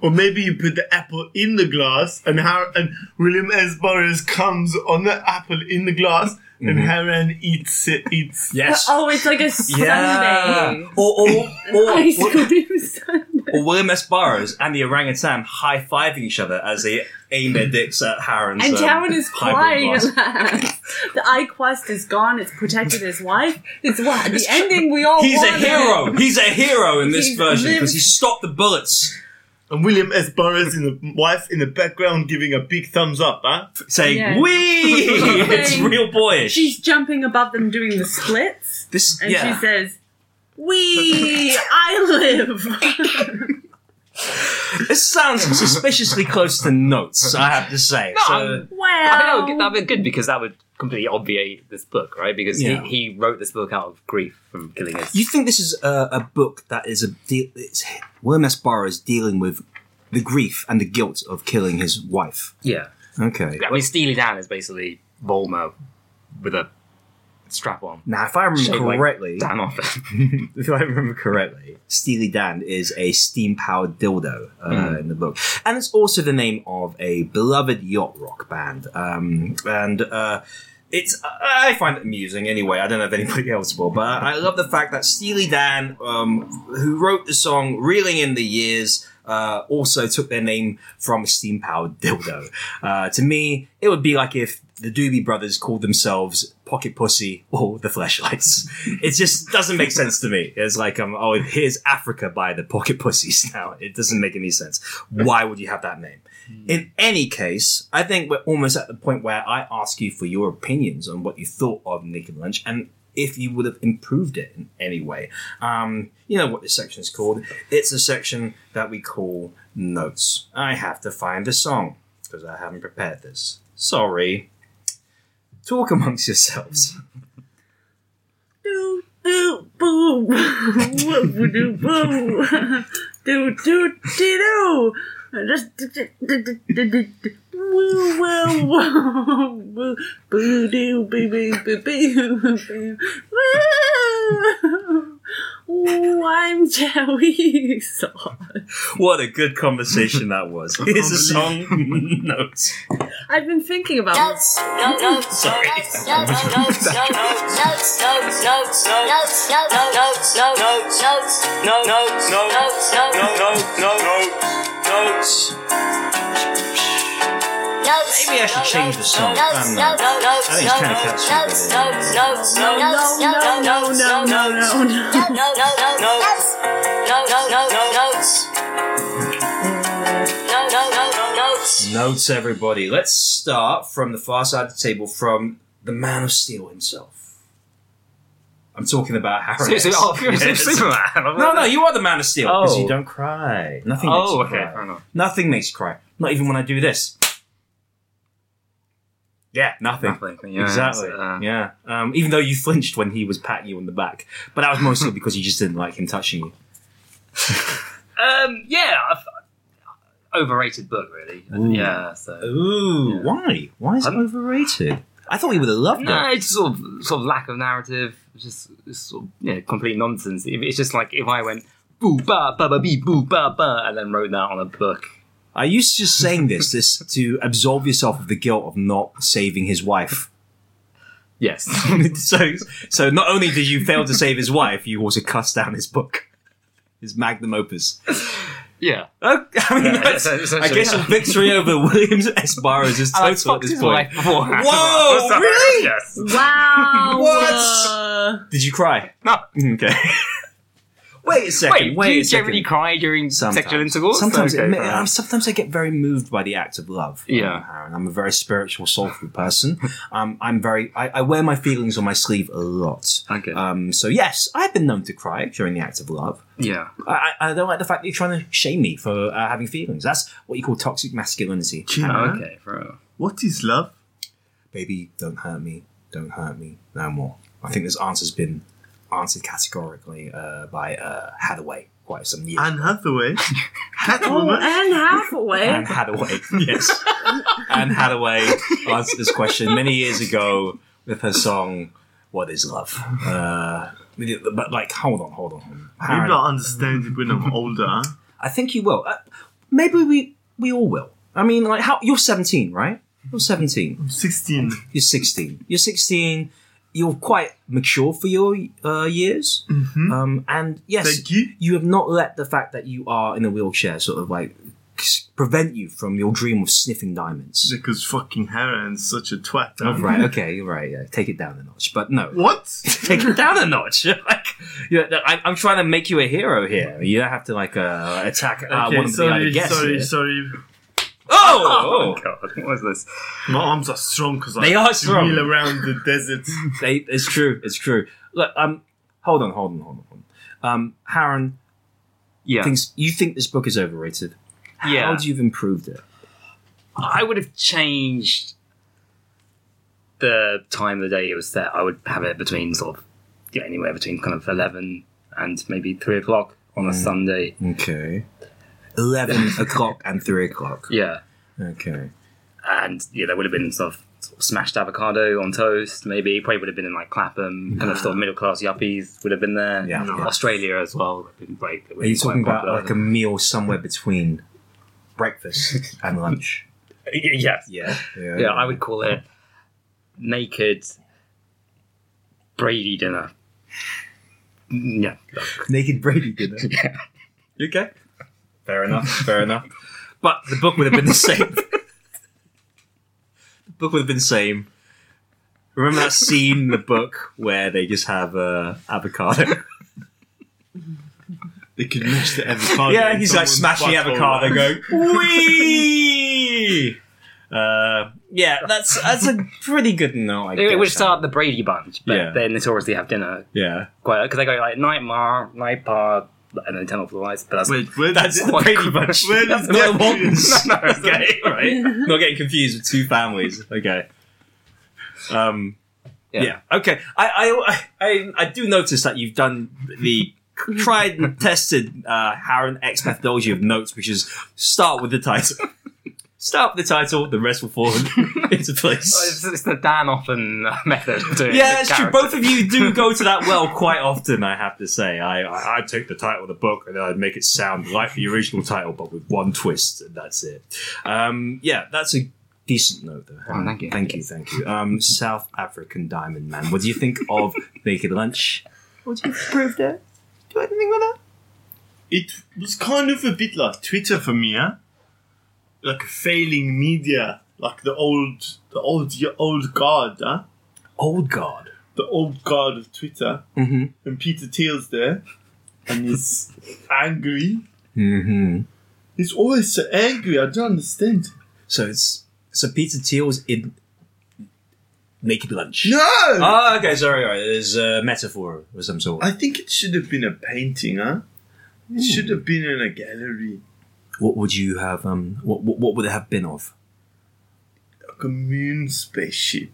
D: Or maybe you put the apple in the glass, and Har- and William S. Burroughs comes on the apple in the glass, and
E: Mm-hmm.
D: Haran eats it. Eats.
A: Yes.
E: Oh, it's like a
A: Yeah.
E: Sunday.
A: Or or
E: (laughs) Ice
A: or,
E: cream Sunday.
A: or William S. Burroughs and the orangutan high fiving each other as they aim their dicks at Harren's.
E: And
A: um,
E: Taryn is
A: highball
E: crying
A: glass.
E: at last. The eye quest is gone. It's protected his wife. It's what the ending we
A: (laughs)
E: all
A: He's a
E: wanted.
A: hero. He's a hero in this
E: He's
A: version because
E: lived-
A: he stopped the bullets,
D: And William S. Burroughs in the wife in the background giving a big thumbs up, huh?
A: saying
E: Yeah.
A: "Wee!" it's real boyish.
E: She's jumping above them doing the splits,
A: this,
E: and
A: yeah.
E: she says, "We, I (laughs) live."
A: this sounds suspiciously close to notes. I have to say.
C: No,
A: So-
C: I'm- I think that
E: well,
C: would, that would be good because that would completely obviate this book, right? Because
A: Yeah.
C: he, he wrote this book out of grief from killing his.
A: you think this is a, a book that is a deal? It's William S. Burroughs dealing with the grief and the guilt of killing his wife.
C: Yeah.
A: Okay.
C: I mean, Steely Dan is basically Bulma with a strap on.
A: Now, if I remember
C: Shaped like
A: correctly,
C: Dan off. (laughs)
A: (laughs) if I remember correctly, Steely Dan is a steam powered dildo uh, in the book. And it's also the name of a beloved yacht rock band. Um, and uh, it's I I find it amusing anyway. I don't know if anybody (laughs) else will, but I love the fact that Steely Dan, um, who wrote the song Reeling in the Years, uh, also took their name from a steam powered dildo. Uh, to me, it would be like if the Doobie Brothers called themselves Pocket Pussy or the Fleshlights. (laughs) It just doesn't make sense to me. It's like, um, oh, here's Africa by the Pocket Pussies (laughs) now. It doesn't make any sense. Why would you have that name? In any case, I think we're almost at the point where I ask you for your opinions on what you thought of Nick and Lynch and if you would have improved it in any way. Um, you know what this section is called? It's a section that we call Notes. I have to find the song because I haven't prepared this. Sorry. Talk amongst yourselves.
E: Do do boom. Woo do boo. Do do dee do. Just do, do, do, do, do, do, do. Woo woo woo woo boo doo boo boo boo boo boo woo. Ooh, I'm Joey Saw.
A: (laughs) What a good conversation that was. Here's a (laughs) song Notes.
E: I've been thinking about this.
A: Maybe I should change the song. I'm not. I think it's kind of catchy.
E: No, no, no, no, no, no, no, no.
A: but- Notes, everybody. Let's start from the far side of the table from the Man of Steel himself. I'm talking about Harry.
C: (laughs) Seriously, oh, you're
A: Yes.
C: Superman.
A: No, no, you are the Man of Steel because
C: Oh.
A: you don't cry. Nothing. makes you
C: Oh, okay,
A: cry.
C: fair enough.
A: Nothing makes you cry. Not even when I do this. Yeah, nothing.
C: Nothing, yeah,
A: exactly.
C: it's, uh,
A: yeah. Um, even though you flinched when he was patting you on the back, but that was mostly because you just didn't like him touching you.
C: Um, yeah, I've, overrated book, really.
A: Ooh.
C: (laughs) Yeah, so.
A: Ooh,
C: Yeah.
A: why? Why is it
C: I'm-
A: overrated? I thought we would have loved
C: No,
A: it.
C: it's just sort of sort of lack of narrative. It's just it's sort of yeah, complete nonsense. If- It's just like if I went boo ba ba ba bee boo ba ba and then wrote that on a book.
A: Are you just saying this this to absolve yourself of the guilt of not saving his wife? (laughs)
C: Yes.
A: so, so not only did you fail to save his wife, you also cussed down his book, his magnum opus.
C: (laughs) yeah.
A: Oh, I mean,
C: Yeah,
A: that's,
C: essentially,
A: I guess
C: yeah.
A: a (laughs) victory over Williams S. Burroughs
C: (laughs)
A: is
C: (laughs)
A: total
C: I
A: at
C: fucked
A: this
C: his
A: point.
C: wife beforehand. (laughs)
A: Whoa,
C: So,
A: really?
C: Yes.
E: Wow.
C: Uh,
A: What? Did you cry? (laughs)
C: No.
A: Okay. wait a second.
C: Wait,
A: Wait,
C: do you
A: a second.
C: generally cry during sexual intercourse?
A: Sometimes,
C: Okay,
A: it,
C: fair
A: I'm-
C: enough.
A: sometimes I get very moved by the act of love.
C: Yeah.
A: um, Aaron. I'm a very spiritual, soulful person. (laughs) um, I'm very. I, I wear my feelings on my sleeve a lot.
C: Okay.
A: Um, so yes, I've been known to cry during the act of love.
C: yeah.
A: I, I I don't like the fact that you're trying to shame me for uh, having feelings. That's what you call toxic masculinity. uh,
D: Huh?
C: Okay, fair enough.
D: What is love?
A: baby, don't hurt me, don't hurt me, no more. I think this answer's been answered categorically uh, by uh, Hathaway quite some years.
D: Anne
E: (laughs)
D: Hathaway.
E: Oh,
D: Catwoman.
E: Anne Hathaway.
A: Anne Hathaway, yes. Anne Hathaway answered this question many years ago with her song "What Is Love." Uh, but like, hold on, hold on, hold on.
D: Maybe
A: Aaron,
D: I'll understand it when I'm older.
A: I think you will. Uh, maybe we we all will. I mean, like, how you're 17, right? You're 17.
D: I'm 16.
A: you're 16. You're 16. You're quite mature for your uh, years. Um, and yes,
D: Mm-hmm. Thank you.
A: have not let the fact that you are in a wheelchair sort of like s- prevent you from your dream of sniffing diamonds.
D: Because fucking Harran's such a twat.
A: Oh, (laughs) right. Okay. You're right. Yeah. Take it down a notch. But no. (laughs)
D: What?
A: Take it down a notch. (laughs) like, you're, I, I'm trying to make you a hero here. You don't have to like uh, attack uh, one of
D: Okay,
A: the other
D: sorry,
A: guests.
D: sorry,
A: here.
D: sorry.
C: (laughs)
A: Oh,
C: God, what was this?
D: My arms are strong because I
A: They are strong.
D: wheel around the desert.
A: They, it's true. It's true. Look, um, hold on, hold on, hold on, hold on. Um, Harren,
C: Yeah.
A: thinks you think this book is overrated.
C: yeah.
A: How would you have improved it?
C: I would have changed the time of the day it was set. I would have it between sort of yeah,
A: Mm.
C: anywhere between kind of eleven and maybe three o'clock on a Sunday.
A: Okay. 11 (laughs) o'clock and 3 o'clock.
C: Yeah.
A: Okay.
C: And yeah, there would have been stuff sort of smashed avocado on toast, maybe. Probably would have been in like Clapham, kind of sort of middle class yuppies would have been there.
A: Mm. Yeah. Yeah.
C: Australia as well. would have been great.
A: Are you
C: Quite
A: talking about
C: popular.
A: like a meal somewhere between breakfast and lunch?
C: yeah.
A: (laughs) Yeah.
C: Yeah, I would call it naked Brady dinner. Yeah.
A: (laughs) Naked Brady dinner. (laughs) Okay. Fair (laughs) enough. Fair enough. But the book would have been the same. the book would have been the same. Remember that scene in the book where they just have uh, (laughs) avocado?
D: They could mash the avocado.
A: Oh, yeah,
D: in
A: he's like
D: someone's
A: smashing
D: butthole.
A: avocado, going (laughs) wee. Uh, yeah, that's that's a pretty good note. I
C: It
A: guess.
C: would start the Brady bunch, but
A: Yeah.
C: they notoriously have dinner
A: Yeah,
C: quite because they go like night ma, night pa, and then turn off the lights. But (laughs) that's
D: Wait, where
A: that's
D: did
A: the
D: it-
A: Brady
C: (laughs)
A: Bunch.
D: Where
A: that's
D: does
A: the Will
D: that-
A: (laughs) Waltons. okay, right. Not getting confused with two families. Okay. Um. Yeah. Okay. I, I I I do notice that you've done the tried and tested uh, Harren X methodology of notes, which is start with the title. (laughs) Start with the title, the rest will fall (laughs) into
C: Oh, it's,
A: place.
C: it's the Dan often method of doing.
A: Yeah,
C: the
A: it's true.
C: character.
A: Both of you do go to that well quite often, I have to say. I, I, I'd take the title of the book and I'd make it sound like the original title, but with one twist, and that's it. Um, yeah, that's a decent note, though.
C: Oh, thank you.
A: Thank you, thank you. Um, South African Diamond Man. What do you think of Naked Lunch? What do you approve there? Do anything with that?
D: It was kind of a bit like Twitter for me, huh? Like a failing media, like the old, the old, the old guard, huh?
A: Old God.
D: The old guard of Twitter,
A: Mm-hmm.
D: and Peter Thiel's there, and he's (laughs) angry.
A: Mm-hmm.
D: He's always so angry. I don't understand.
A: So it's so Peter Thiel's in Naked Lunch.
D: No,
A: Oh, okay. Sorry, all right. There's a metaphor of some sort.
D: I think it should have been a painting, huh? It should have been in a gallery,
A: what would you have? Um, what what, what would it have been of?
D: like a moon spaceship.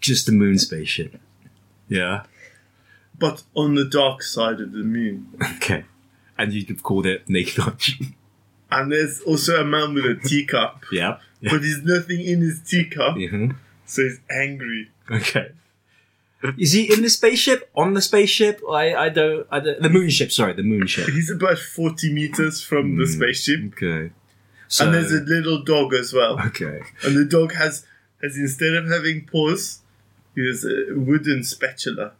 A: Just the moon spaceship. Yeah.
D: but on the dark side of the moon.
A: Okay. And you'd have called it Naked Lunch. (laughs)
D: And there's also a man with a (laughs) teacup,
A: yeah.
D: but there's nothing in his teacup,
A: hmm
D: so he's angry.
A: Okay. Is he in the spaceship? On the spaceship? I I don't. I don't the moon ship. Sorry, the moon ship.
D: He's about 40 meters from the spaceship,
A: Okay. So,
D: and there's a little dog as well. (laughs)
A: okay.
D: And the dog has, has instead of having paws, he has a wooden spatula.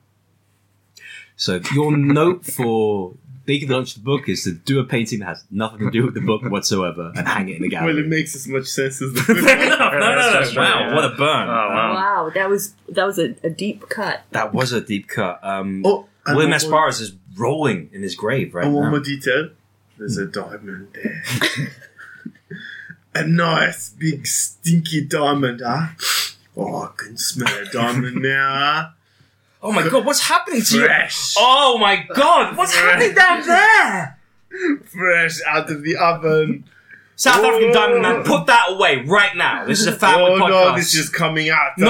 A: So your note for Naked Lunch the book is to do a painting that has nothing to do with the book whatsoever and hang it in the (laughs)
D: Well, it
A: gallery.
D: makes as much sense (laughs) as the first one.
A: no, no, no.
C: That's right,
A: Wow,
C: yeah.
A: what a burn.
C: Oh, wow.
E: Wow, that was that was a, a deep cut.
A: That was a deep cut. Um,
D: Oh, and
A: William
D: one
A: S.
D: more-
A: Burroughs is rolling in his grave right
D: And one
A: now.
D: more detail. There's a diamond there. a nice big stinky diamond, huh? Oh, I can smell a diamond now.
A: Oh my god, what's happening
D: huh?
A: to you?
D: Fresh,
A: Oh my god, what's happening down there?
D: fresh out of the oven.
A: South
D: Oh.
A: African Diamond Man, put that away right now. This is a family
D: oh
A: podcast.
D: no, this is coming out.
A: No!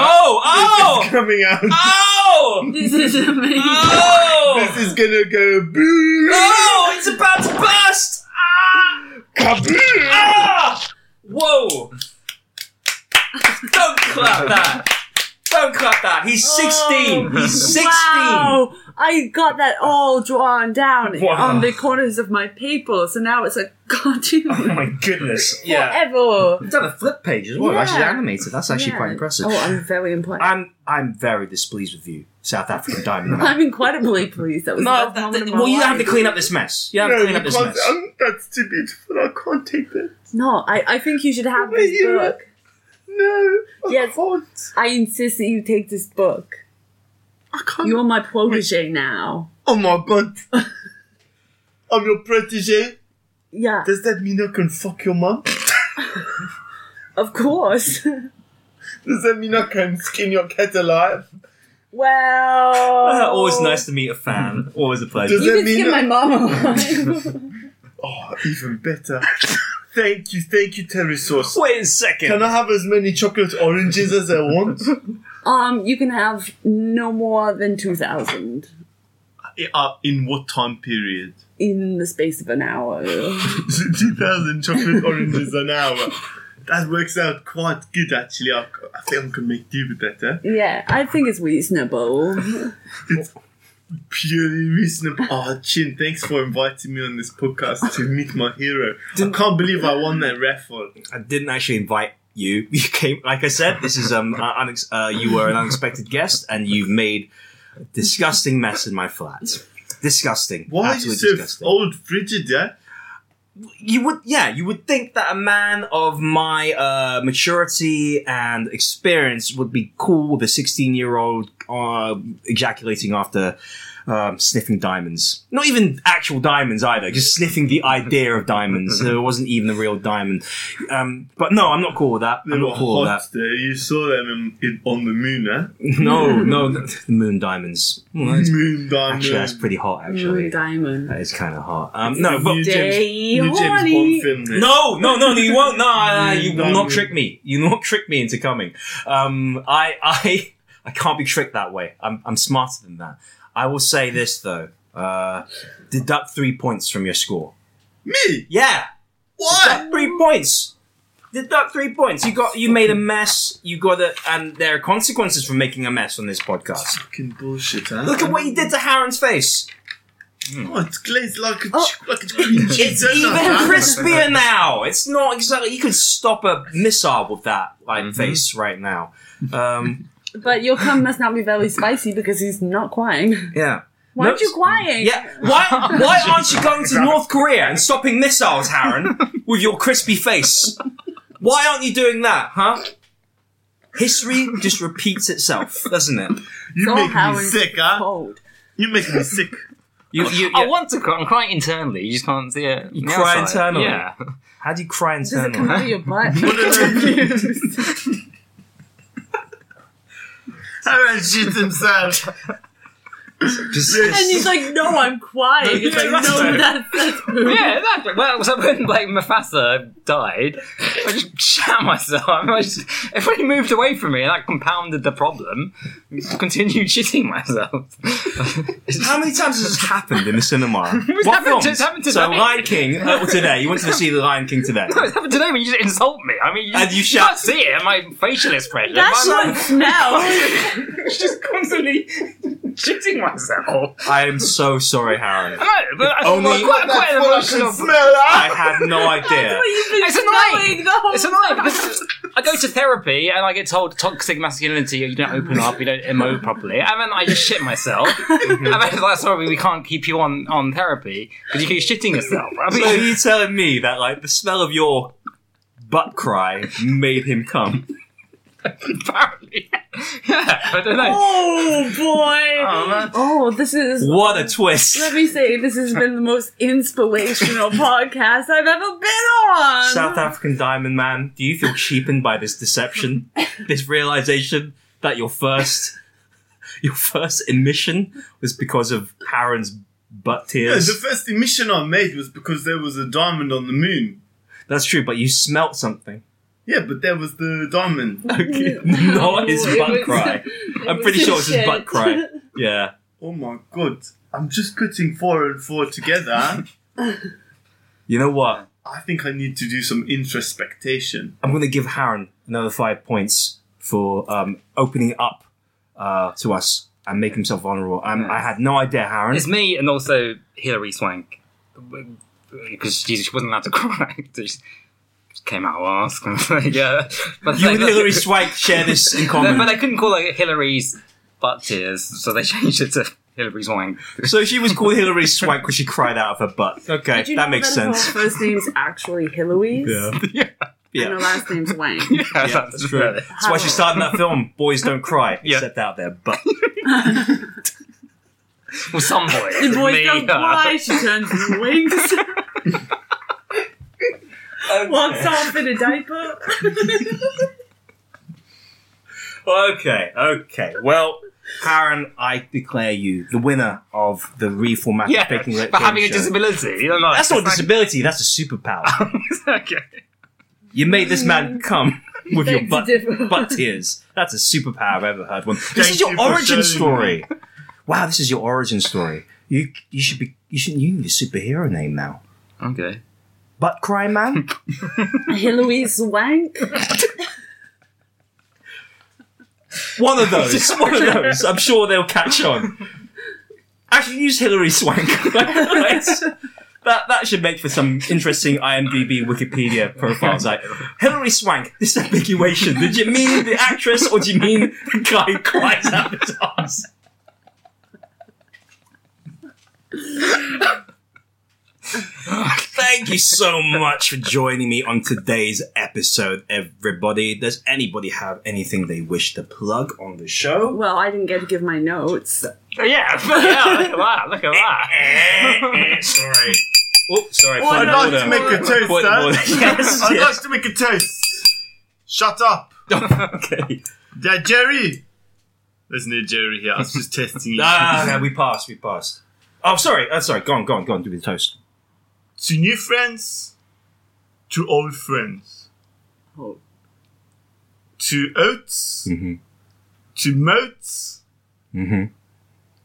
A: Oh!
D: huh? (laughs) This is coming out.
A: Oh!
E: This is amazing.
A: Oh!
D: This is gonna go boom,
A: Oh! It's about to burst! Ah!
D: kaboom.
A: Ah! Whoa! Don't clap that! Don't clap that! He's 16! He's 16!
E: Oh.
D: Oh
E: Wow! I got that all drawn down
A: Wow.
E: on the corners of my paper, so now it's a (laughs) cartoon
A: Oh my goodness. (laughs) Yeah.
E: forever.
A: We've done a flip page as well.
E: Yeah.
A: Actually animated. That's actually
E: Yeah.
A: quite impressive.
E: Oh, I'm very impressed. (laughs) I'm,
A: I'm I'm very displeased with you, South African (laughs)
E: (laughs)
A: Diamond. Man.
E: incredibly pleased. That was
A: no,
E: that,
A: that,
E: moment
A: that,
E: of my
A: well, you have to
E: life.
A: clean up this mess. You have
D: No,
A: to
D: you
A: clean up this
D: can't,
A: mess.
D: I'm, that's too beautiful. I can't take that.
E: No, I, I think you should have
D: Wait,
E: this
D: you-
E: book.
D: No, I
E: Yes.
D: can't.
E: I insist that you take this book.
D: I can't.
E: You're my protege now.
D: Oh my god. (laughs) I'm your protege.
E: Yeah,
D: Does that mean I can fuck your mom?
E: of course. (laughs)
D: Does that mean I can skin your cat alive?
E: well,
A: (laughs) Always nice to meet a fan. Always a pleasure.
D: Does
E: You
D: that
E: can
D: mean
E: skin
D: I-
E: my mom
A: (laughs)
E: alive.
D: Oh, even (laughs) better. thank you, thank you, Terry Sauce.
A: Wait a second.
D: Can I have as many chocolate oranges as (laughs) I want?
E: um, you can have no more than two thousand.
D: uh, in what time (laughs) period?
E: in the space of an hour.
D: 2,000 chocolate oranges an hour. That works out quite good, actually. I, I think I can make do with that, eh?
E: yeah, I think it's reasonable.
D: Purely reasonable. Oh, Chin, thanks for inviting me on this podcast to meet my hero. I can't believe I won that raffle.
A: I didn't actually invite you. (laughs) You came, like I said, this is um, uh, unex- uh, you were an unexpected guest, and you've made a disgusting mess in my flat. Disgusting.
D: Why are you
A: Absolutely
D: so
A: disgusting.
D: old frigid, eh?
A: you would, yeah, you would think that a man of my uh, maturity and experience would be cool with a sixteen-year-old uh, ejaculating after. Um, sniffing diamonds, not even actual diamonds either. Just sniffing the idea of diamonds. There wasn't even a real diamond. Um, but no, I'm not cool with that.
D: They
A: I'm
D: were
A: not cool with that.
D: hot there. You saw them in, in, on the moon, eh?
A: No, no, the moon diamonds. Well, that's-
D: Moon diamond.
A: actually, that's pretty hot. Actually,
E: Moon Mm, diamond.
A: that is kind of hot. Um, no, but
D: New
E: Day
D: James, new James
E: horny.
D: Bond film. there.
A: no, no, no, no, you won't. No, no, no, you will not
D: Diamond.
A: trick me. You will not trick me into coming. Um, I, I, I can't be tricked that way. I'm, I'm smarter than that. I will say this though. Uh, deduct three points from your score.
D: Me?
A: Yeah,
D: Why?
A: deduct three points. Deduct three points. You got, you made a mess. You got it, and there are consequences for making a mess on this podcast.
D: Fucking bullshit, eh?
A: Look at what you did to Harron's face.
D: Oh, it's glazed like a,
E: Oh.
D: ch- like a cream
A: It's
D: cheese.
A: even crispier now. It's not exactly. You could stop a missile with that like face right now. Um,
E: But your cum must not be very spicy because he's not crying.
A: yeah.
E: Why aren't you crying? (laughs)
A: Yeah. Why? Why aren't you going to North Korea and stopping missiles, Harren, with your crispy face? Why aren't you doing that, huh? History just repeats itself, doesn't it?
D: You
E: So
D: make
E: how
D: me
E: is
D: sick,
C: (laughs)
D: huh?
E: Cold.
D: You make me sick.
A: You, you,
C: I
A: you-
C: want to cry. I'm crying internally. You just can't see it. You
A: cry internally.
C: Yeah.
A: how do you cry
E: Does it come
A: internally?
E: out of your butt? (laughs)
D: Aaron shoots himself.
A: Just-
E: and he's like, no, I'm crying. It's like, no, that's, that's poop.
C: Yeah, exactly. Well, so when like Mufasa died, I just shat myself. I just, everybody moved away from me, and that compounded the problem. Continued
A: (laughs)
C: shitting myself.
A: How many times has this happened in the
E: (laughs)
A: cinema?
C: happened to- it's happened
A: So
C: today.
A: Lion King uh, well, today. You went to see the Lion King
E: (laughs)
A: today.
C: What's happened today when you just insult me? I mean, you,
A: And you
C: you
A: shout-
C: can't see it. My facial expression.
E: That's
C: I'm (laughs)
E: what smells.
C: just constantly (laughs) shitting myself.
A: I am so sorry, Harry.
C: No, but I,
A: Only-
C: well, quite, quite an emotional.
A: I had no
E: (laughs)
A: idea.
E: But you've been
C: It's
E: smelling
C: annoying.
E: the whole
C: It's annoying because I go to therapy and I get told toxic masculinity, you don't open up, you don't emote properly. And then I just shit
A: (laughs)
C: myself. and then it's like, sorry, we can't keep you on, on therapy because you keep shitting yourself. I
A: So are
C: mean,
A: you telling me that like the smell of your butt cry made him come?
C: (laughs) apparently. yeah, I don't know.
E: Oh boy!
C: (laughs) Oh, man.
E: Oh, this is.
A: What a twist!
E: Let me say, this has been the most
C: (laughs)
E: inspirational podcast I've ever been on.
A: South African Diamond Man, do you feel cheapened by this deception? This realization that your first (laughs) your first emission was because of Karen's butt
D: Yeah,
A: tears?
E: (laughs)
D: the first emission I made was because there was a diamond on the moon.
A: That's true, but you smelt
E: (laughs)
A: something.
D: Yeah, but there was the (laughs)
A: (laughs)
D: diamond.
A: Not his
E: (laughs) It
A: butt
E: was-
A: cry. I'm pretty
E: was
A: sure it's his
E: shit.
A: butt cry. Yeah.
D: Oh my god. I'm just putting four and four (laughs) together.
A: You know what?
D: I think I need to do some introspection.
A: I'm going to give Harren another five points for um, opening up uh, to us and making himself vulnerable. i I had no idea, Harren.
C: It's me and also Hilary Swank. Because she, she wasn't allowed to (laughs) cry. She just came out (laughs) of her ass. yeah. But
A: you
C: like,
A: and Hilary Swank share this in
C: No,
A: common.
C: (laughs) but I couldn't call it Hillary's butt tears, so they (laughs) changed it to Hillary's wine.
A: so she was called Hilary Swank because she cried out of her butt. Okay,
E: Did you
A: that
E: know
A: makes
E: her
A: sense.
E: First name's actually Hiloise,
A: Yeah.
C: yeah,
E: and
A: yeah.
E: her last
A: (laughs)
E: name's Wang.
C: (laughs)
A: that's true. That's why she started that film, Boys Don't Cry,
C: (laughs) Yeah.
A: except out there. But
C: Well,
A: (laughs)
C: some boys.
E: The boys
C: me,
E: don't
C: her.
E: fly. She turns into (laughs) wings. Walks off in a (laughs) diaper.
A: okay, okay. Well, Karen, I declare you the winner of the reformatted
C: (laughs) Yeah,
A: Faking Lit
C: but
A: Game
C: having a
A: Show.
C: disability. You don't know,
A: That's not a disability. That's a superpower.
C: (laughs) okay.
A: You made this man come (laughs) with your
E: Begs
A: butt,
E: to differ.
A: butt tears. That's a superpower I've ever heard one. This
D: Thank
A: is
D: you
A: your
D: for
A: origin
D: showing
A: story. Wow, this is your origin story. You you should be you should you need a superhero name now.
C: Okay.
A: Butt cry
D: (laughs)
A: man.
E: Heloise Wank.
A: One of
D: (laughs)
A: those. one of those. I'm sure they'll catch on. Actually, use Hillary (laughs) Swank. that that should make for some interesting IMDb Wikipedia profiles. Like Hillary Swank. This ambiguation. Did you mean the actress or do you mean the guy who cries out his arse? Thank you so much for joining me on today's episode, everybody. Does anybody have anything they wish to plug on the
E: (laughs)
A: show?
E: Well, I didn't get to give my notes.
A: Oh,
C: (laughs) Yeah, yeah, look at that, look at that.
A: Eh, sorry. Oh, sorry.
D: I'd
A: point of
D: like
A: order.
D: to make a toast,
A: Point
D: (laughs)
A: of order.
D: sir.
A: (laughs) Yes,
D: I'd
A: yes.
D: like to make a toast. Shut up.
A: (laughs) okay.
D: Yeah, Jerry. There's no Jerry here. I was just (laughs) testing you.
A: Ah, no, we passed. We passed. Oh, sorry. Oh, sorry. Go on. Go on. Go on. Do the toast.
D: to new friends, to old friends,
E: Oh.
D: to oats,
A: Mhm.
D: to moats.
A: Mhm.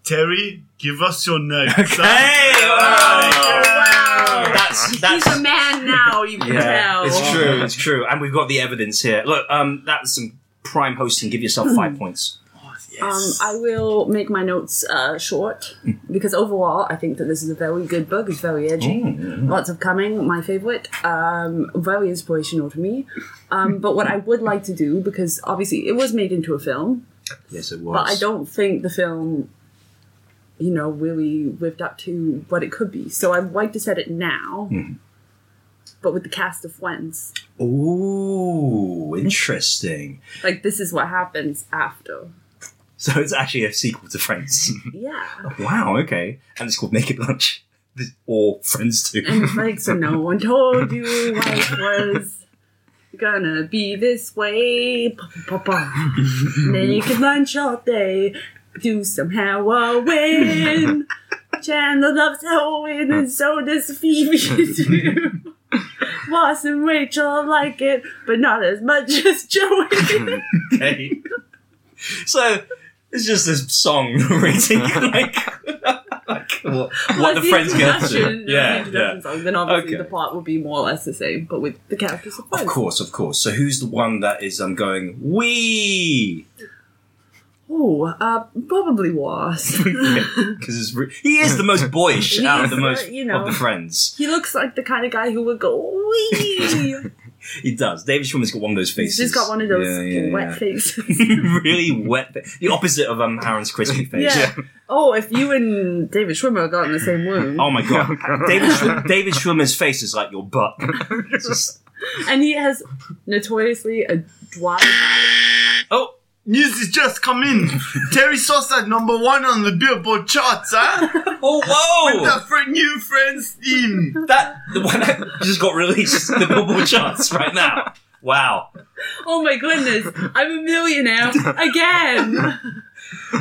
D: Terry, give us your notes. son.
A: Hey!
E: Wow.
A: That's that's.
E: He's a man now, you can
A: yeah,
E: tell.
A: it's true. It's true. And we've got the evidence here. Look, um, that's some prime hosting. Give yourself five points.
E: Um, I will make my notes uh, short because overall, I think that this is a very good book. It's very edgy, lots of coming. My favorite, um, very inspirational to me. Um, but what I would like to do, because obviously it was made into a film,
A: Yes, it was.
E: but I don't think the film, you know, really lived up to what it could be. So I'd like to set it now, but with the cast of friends.
A: Ooh, interesting. (laughs)
E: Like this is what happens after.
A: So it's actually a sequel to Friends.
E: Yeah,
A: (laughs) wow. Okay. And it's called Naked Lunch. This- Or Friends (laughs) Two.
E: and it's like so no one told you life was gonna be this way. Pa, pa, pa, pa. Naked lunch all day, do some heroin. Chandler loves heroin and so does Phoebe too. Ross and Rachel like it, but not as much as Joey.
A: okay. (laughs) So it's just this song (laughs) rating, like, like what, what the friends get up to. Yeah, yeah.
E: Then
A: Okay.
E: obviously the plot will be more or less the same, but with the characters of
A: Of
E: friends.
A: course, of course. So who's the one that is? I'm going. (laughs) We
E: Oh, uh, probably was.
A: because re- he is the most boyish
E: (laughs) He
A: out of
E: is,
A: the most
E: uh, you know.
A: of the friends.
E: he looks like the kind of guy who would go,
A: (laughs)
E: wee.
A: He does. David Schwimmer's got one of those
E: He's
A: faces.
E: just got one of those
A: Yeah, yeah,
E: wet
A: yeah. (laughs)
E: faces.
A: really wet. fa- The opposite of um Aaron's crispy face.
E: yeah. Oh, if you and David Schwimmer got in the same room,
A: Oh my
E: (laughs)
A: god, David Schw- David Schwimmer's face is like your butt. It's just-
E: and he has notoriously a dry mouth.
A: oh,
D: News has just come in. (laughs) Terry Saucer number one on the Billboard charts, (laughs) huh?
A: oh, whoa!
D: (laughs) The fr- new friends theme.
A: That the one that just got released, the Billboard charts right now. Wow.
E: Oh my goodness, I'm a
A: (laughs)
E: millionaire again.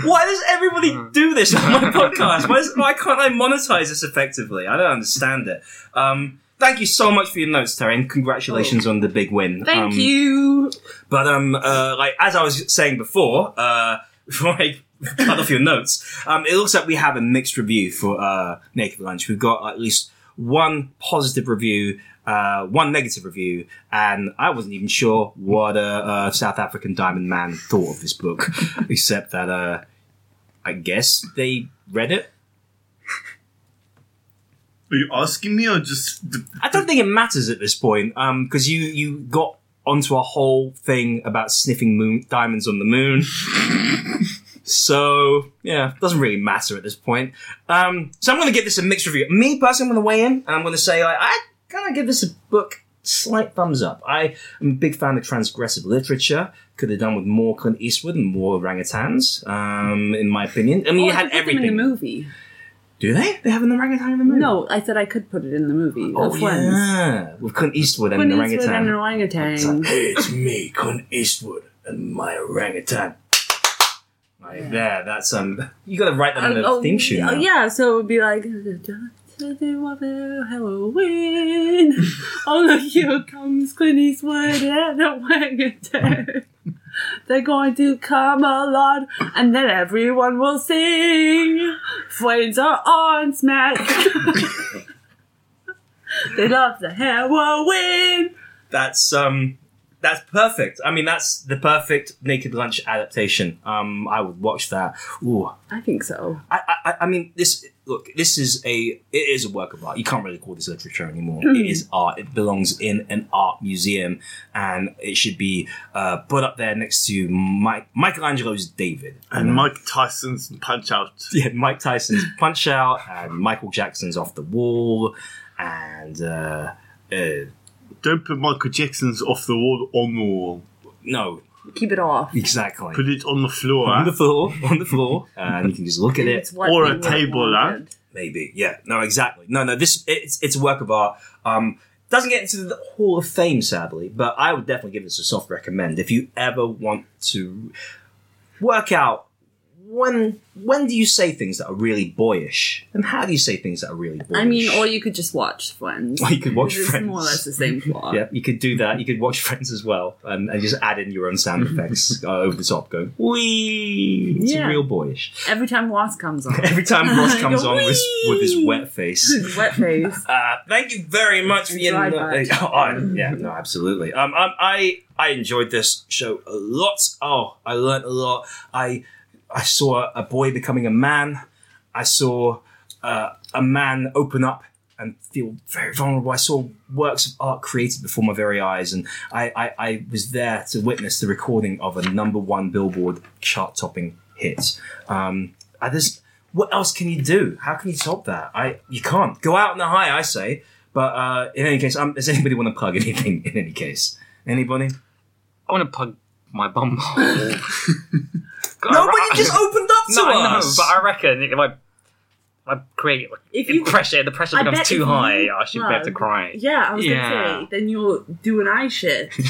A: Why does everybody do this on my podcast? Why, does, why can't I monetize this effectively? I don't understand it. Um, thank you so much for your notes, Terry, and congratulations on the big win.
E: Thank
A: Um,
E: you.
A: But um, uh, like as I was saying before, uh, (laughs) before I cut off your notes, um, it looks like we have a mixed review for uh, Naked Lunch. We've got at least one positive review, uh, one negative review, and I wasn't even sure what a, uh South African diamond man thought of this book, (laughs) except that uh, I guess they read it.
D: Are you asking me or just.
A: I don't think it matters at this point because you you got onto a whole thing about sniffing moon diamonds on the moon. so yeah, doesn't really matter at this point. Um, so I'm going to give this a mixed review. Me personally, I'm going to weigh in and I'm going to say like, I kind of give this a book slight thumbs up. I am a big fan of transgressive literature. Could have done with more Clint Eastwood and more orangutans, um, in my opinion. I mean, you
E: Oh, I
A: had
E: could put them
A: everything.
E: in the movie.
A: Do they? They have an orangutan in the movie?
E: No, I said I could put it in the movie.
A: Oh,
E: of Friends.
A: yeah. With Clint Eastwood and
E: Clint
A: an
E: Eastwood
A: orangutan.
E: and an orangutan.
A: hey, it's me, Clint Eastwood, and my orangutan. Right there, that's um. You gotta write that on the theme tune.
E: Oh, yeah,
A: now.
E: yeah, so it would be like (laughs) (laughs) Halloween. Oh look, here comes Clint Eastwood and a orangutan. They're going to come along, and then everyone will sing. Flames are on smack. (laughs) they love the heroin.
A: That's um, that's perfect. I mean, that's the perfect Naked Lunch adaptation. Um, I would watch that. Ooh,
E: I think so.
A: I, I, I mean, this look. This is a it is a work of art. You can't really call this literature anymore. It is art. It belongs in an art museum, and it should be uh, put up there next to Mike, Michelangelo's David
D: And Mike Tyson's Punch Out.
A: (laughs) yeah, Mike Tyson's Punch Out and Michael Jackson's Off the Wall and uh, uh,
D: Don't put Michael Jackson's off the wall on the wall.
A: no,
E: Keep it off.
A: exactly.
D: Put it on the floor.
A: on the floor, on the floor, and you can just look at it.
E: It's what
D: Or
E: they
D: a
E: were
D: table, huh?
E: wanted.
A: Maybe, yeah, no, exactly, no, no. This it's it's a work of art. Um, doesn't get into the Hall of Fame, sadly, but I would definitely give this a soft recommend if you ever want to work out when when do you say things that are really boyish and how do you say things that are really boyish.
E: I mean, or you could just watch Friends.
A: Or you could watch
E: It's more or
A: Friends.
E: less the same plot.
A: Yeah, Uh, you could do that. You could watch (laughs) Friends as well, um, and just add in your own sound effects uh, over the top, going "wee." It's
E: Mm-hmm. Yeah.
A: real boyish.
E: Every time Ross
D: (laughs)
E: comes on,
A: Every time Ross
E: (laughs) You
A: comes
E: go,
A: on with, with his
E: "Wee!"
A: wet face.
E: wet face.
A: (laughs) Uh, thank you very much for your.
E: Dry
A: Uh,
E: patch.
A: (laughs) oh, yeah, no, absolutely. Um, um, I I enjoyed this show a lot. Oh, I learnt a lot. I I saw a boy becoming a man. I saw uh, a man open up and feel very vulnerable. I saw works of art created before my very eyes, and I, I, I was there to witness the recording of a number one Billboard chart topping hit. Um, I just, what else can you do? How can you top that? I you can't go out on a high. I say, but uh, in any case, um, does anybody want to plug anything? In any case, anybody?
C: I want to plug my bum hole.
A: (laughs)
C: God, I-
A: Nobody
C: I-
A: just opened (laughs) up to
C: (laughs) No, I know,
A: us.
C: but I reckon if I, if I create like,
E: If you-
C: pressure, the pressure
E: I
C: becomes
E: bet
C: too
E: if
C: high.
E: you
C: I should be able to
E: plug-
C: cry.
E: Yeah, I was
C: Yeah.
E: gonna say. Then you'll do an eye shit, which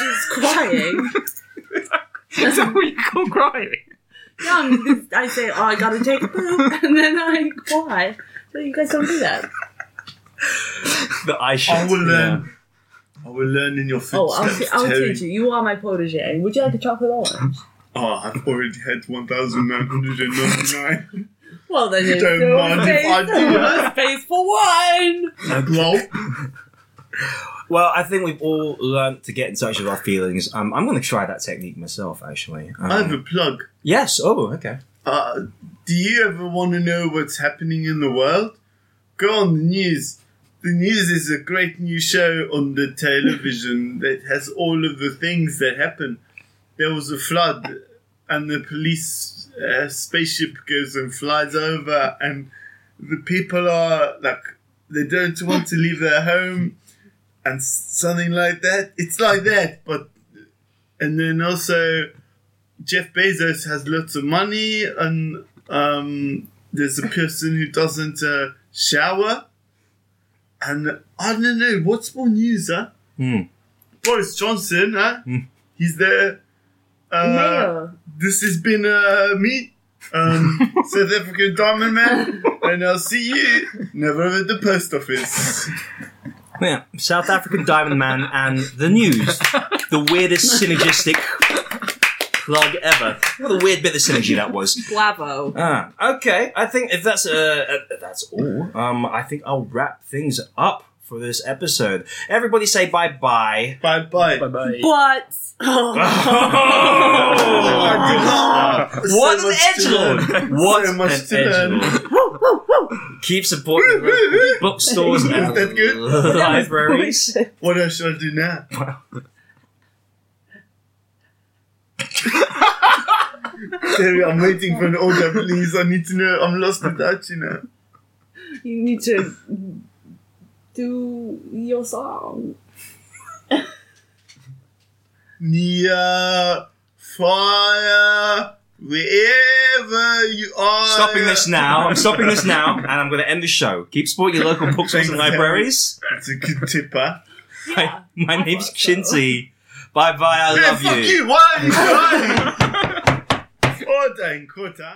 E: is crying.
C: Is that what you call crying?
E: Yeah, I'm- I say, oh, I gotta take a poop, (laughs) and then I cry. So you guys don't do that.
A: the eye shit.
D: I will
A: yeah.
D: learn. I will learn in your
E: Oh,
D: footsteps.
E: I'll, t- I'll
D: Terry.
E: teach you. You are my protege. Would you like a chocolate orange?
D: Oh, I've already had (laughs) 1,999.
E: Well, then you
D: Don't mind if I do that.
E: Space for one.
D: Lol.
A: Well, I think we've all learned to get in touch with our feelings. Um, I'm going to try that technique myself, actually. Um,
D: I have a plug.
A: yes. Oh, okay.
D: Uh, do you ever want to know what's happening in the world? Go on the news. The news is a great new show on the television that has all of the things that happen. There was a flood, and the police uh, spaceship goes and flies over, and the people are like, they don't want to leave their home, and s- something like that. It's like that, but. And then also, Jeff Bezos has lots of money, and um, there's a person who doesn't uh, shower. And I don't know what's more news, huh?
A: Hmm.
D: Boris Johnson, huh? He's there. Uh,
E: Mayo.
D: This has been uh, me,
A: (laughs)
D: um, South African Diamond Man, and I'll see you never at the post office.
A: Yeah, South African Diamond Man and the news. The weirdest (laughs) synergistic plug ever. What a weird bit of synergy that was.
E: Blavo.
A: Ah, okay. I think if that's uh, uh, that's all, um, I think I'll wrap things up for this episode. Everybody say bye
D: (laughs)
A: bye.
D: Bye bye.
C: Bye bye.
E: But
D: Oh,
A: (laughs) What an edgelord! (laughs) What
D: So
A: an
D: much to learn.
A: edgelord! Keep supporting the local bookstores
D: (laughs)
A: and
D: that good?
A: libraries.
D: What else should I do now? Terry, I'm waiting for an order, please. I need to know. I'm lost without you now.
E: you need to do your song.
D: Nia, fire, wherever you are.
A: Stopping this now. I'm stopping this now, and I'm going to end the show. Keep supporting your local bookstores and
D: Thanks,
A: libraries.
D: It's a good tipper.
A: My, my name's Chinty. Bye bye. I
D: Yeah,
A: love
D: fuck you. Why are you crying? (laughs) Order and quarter.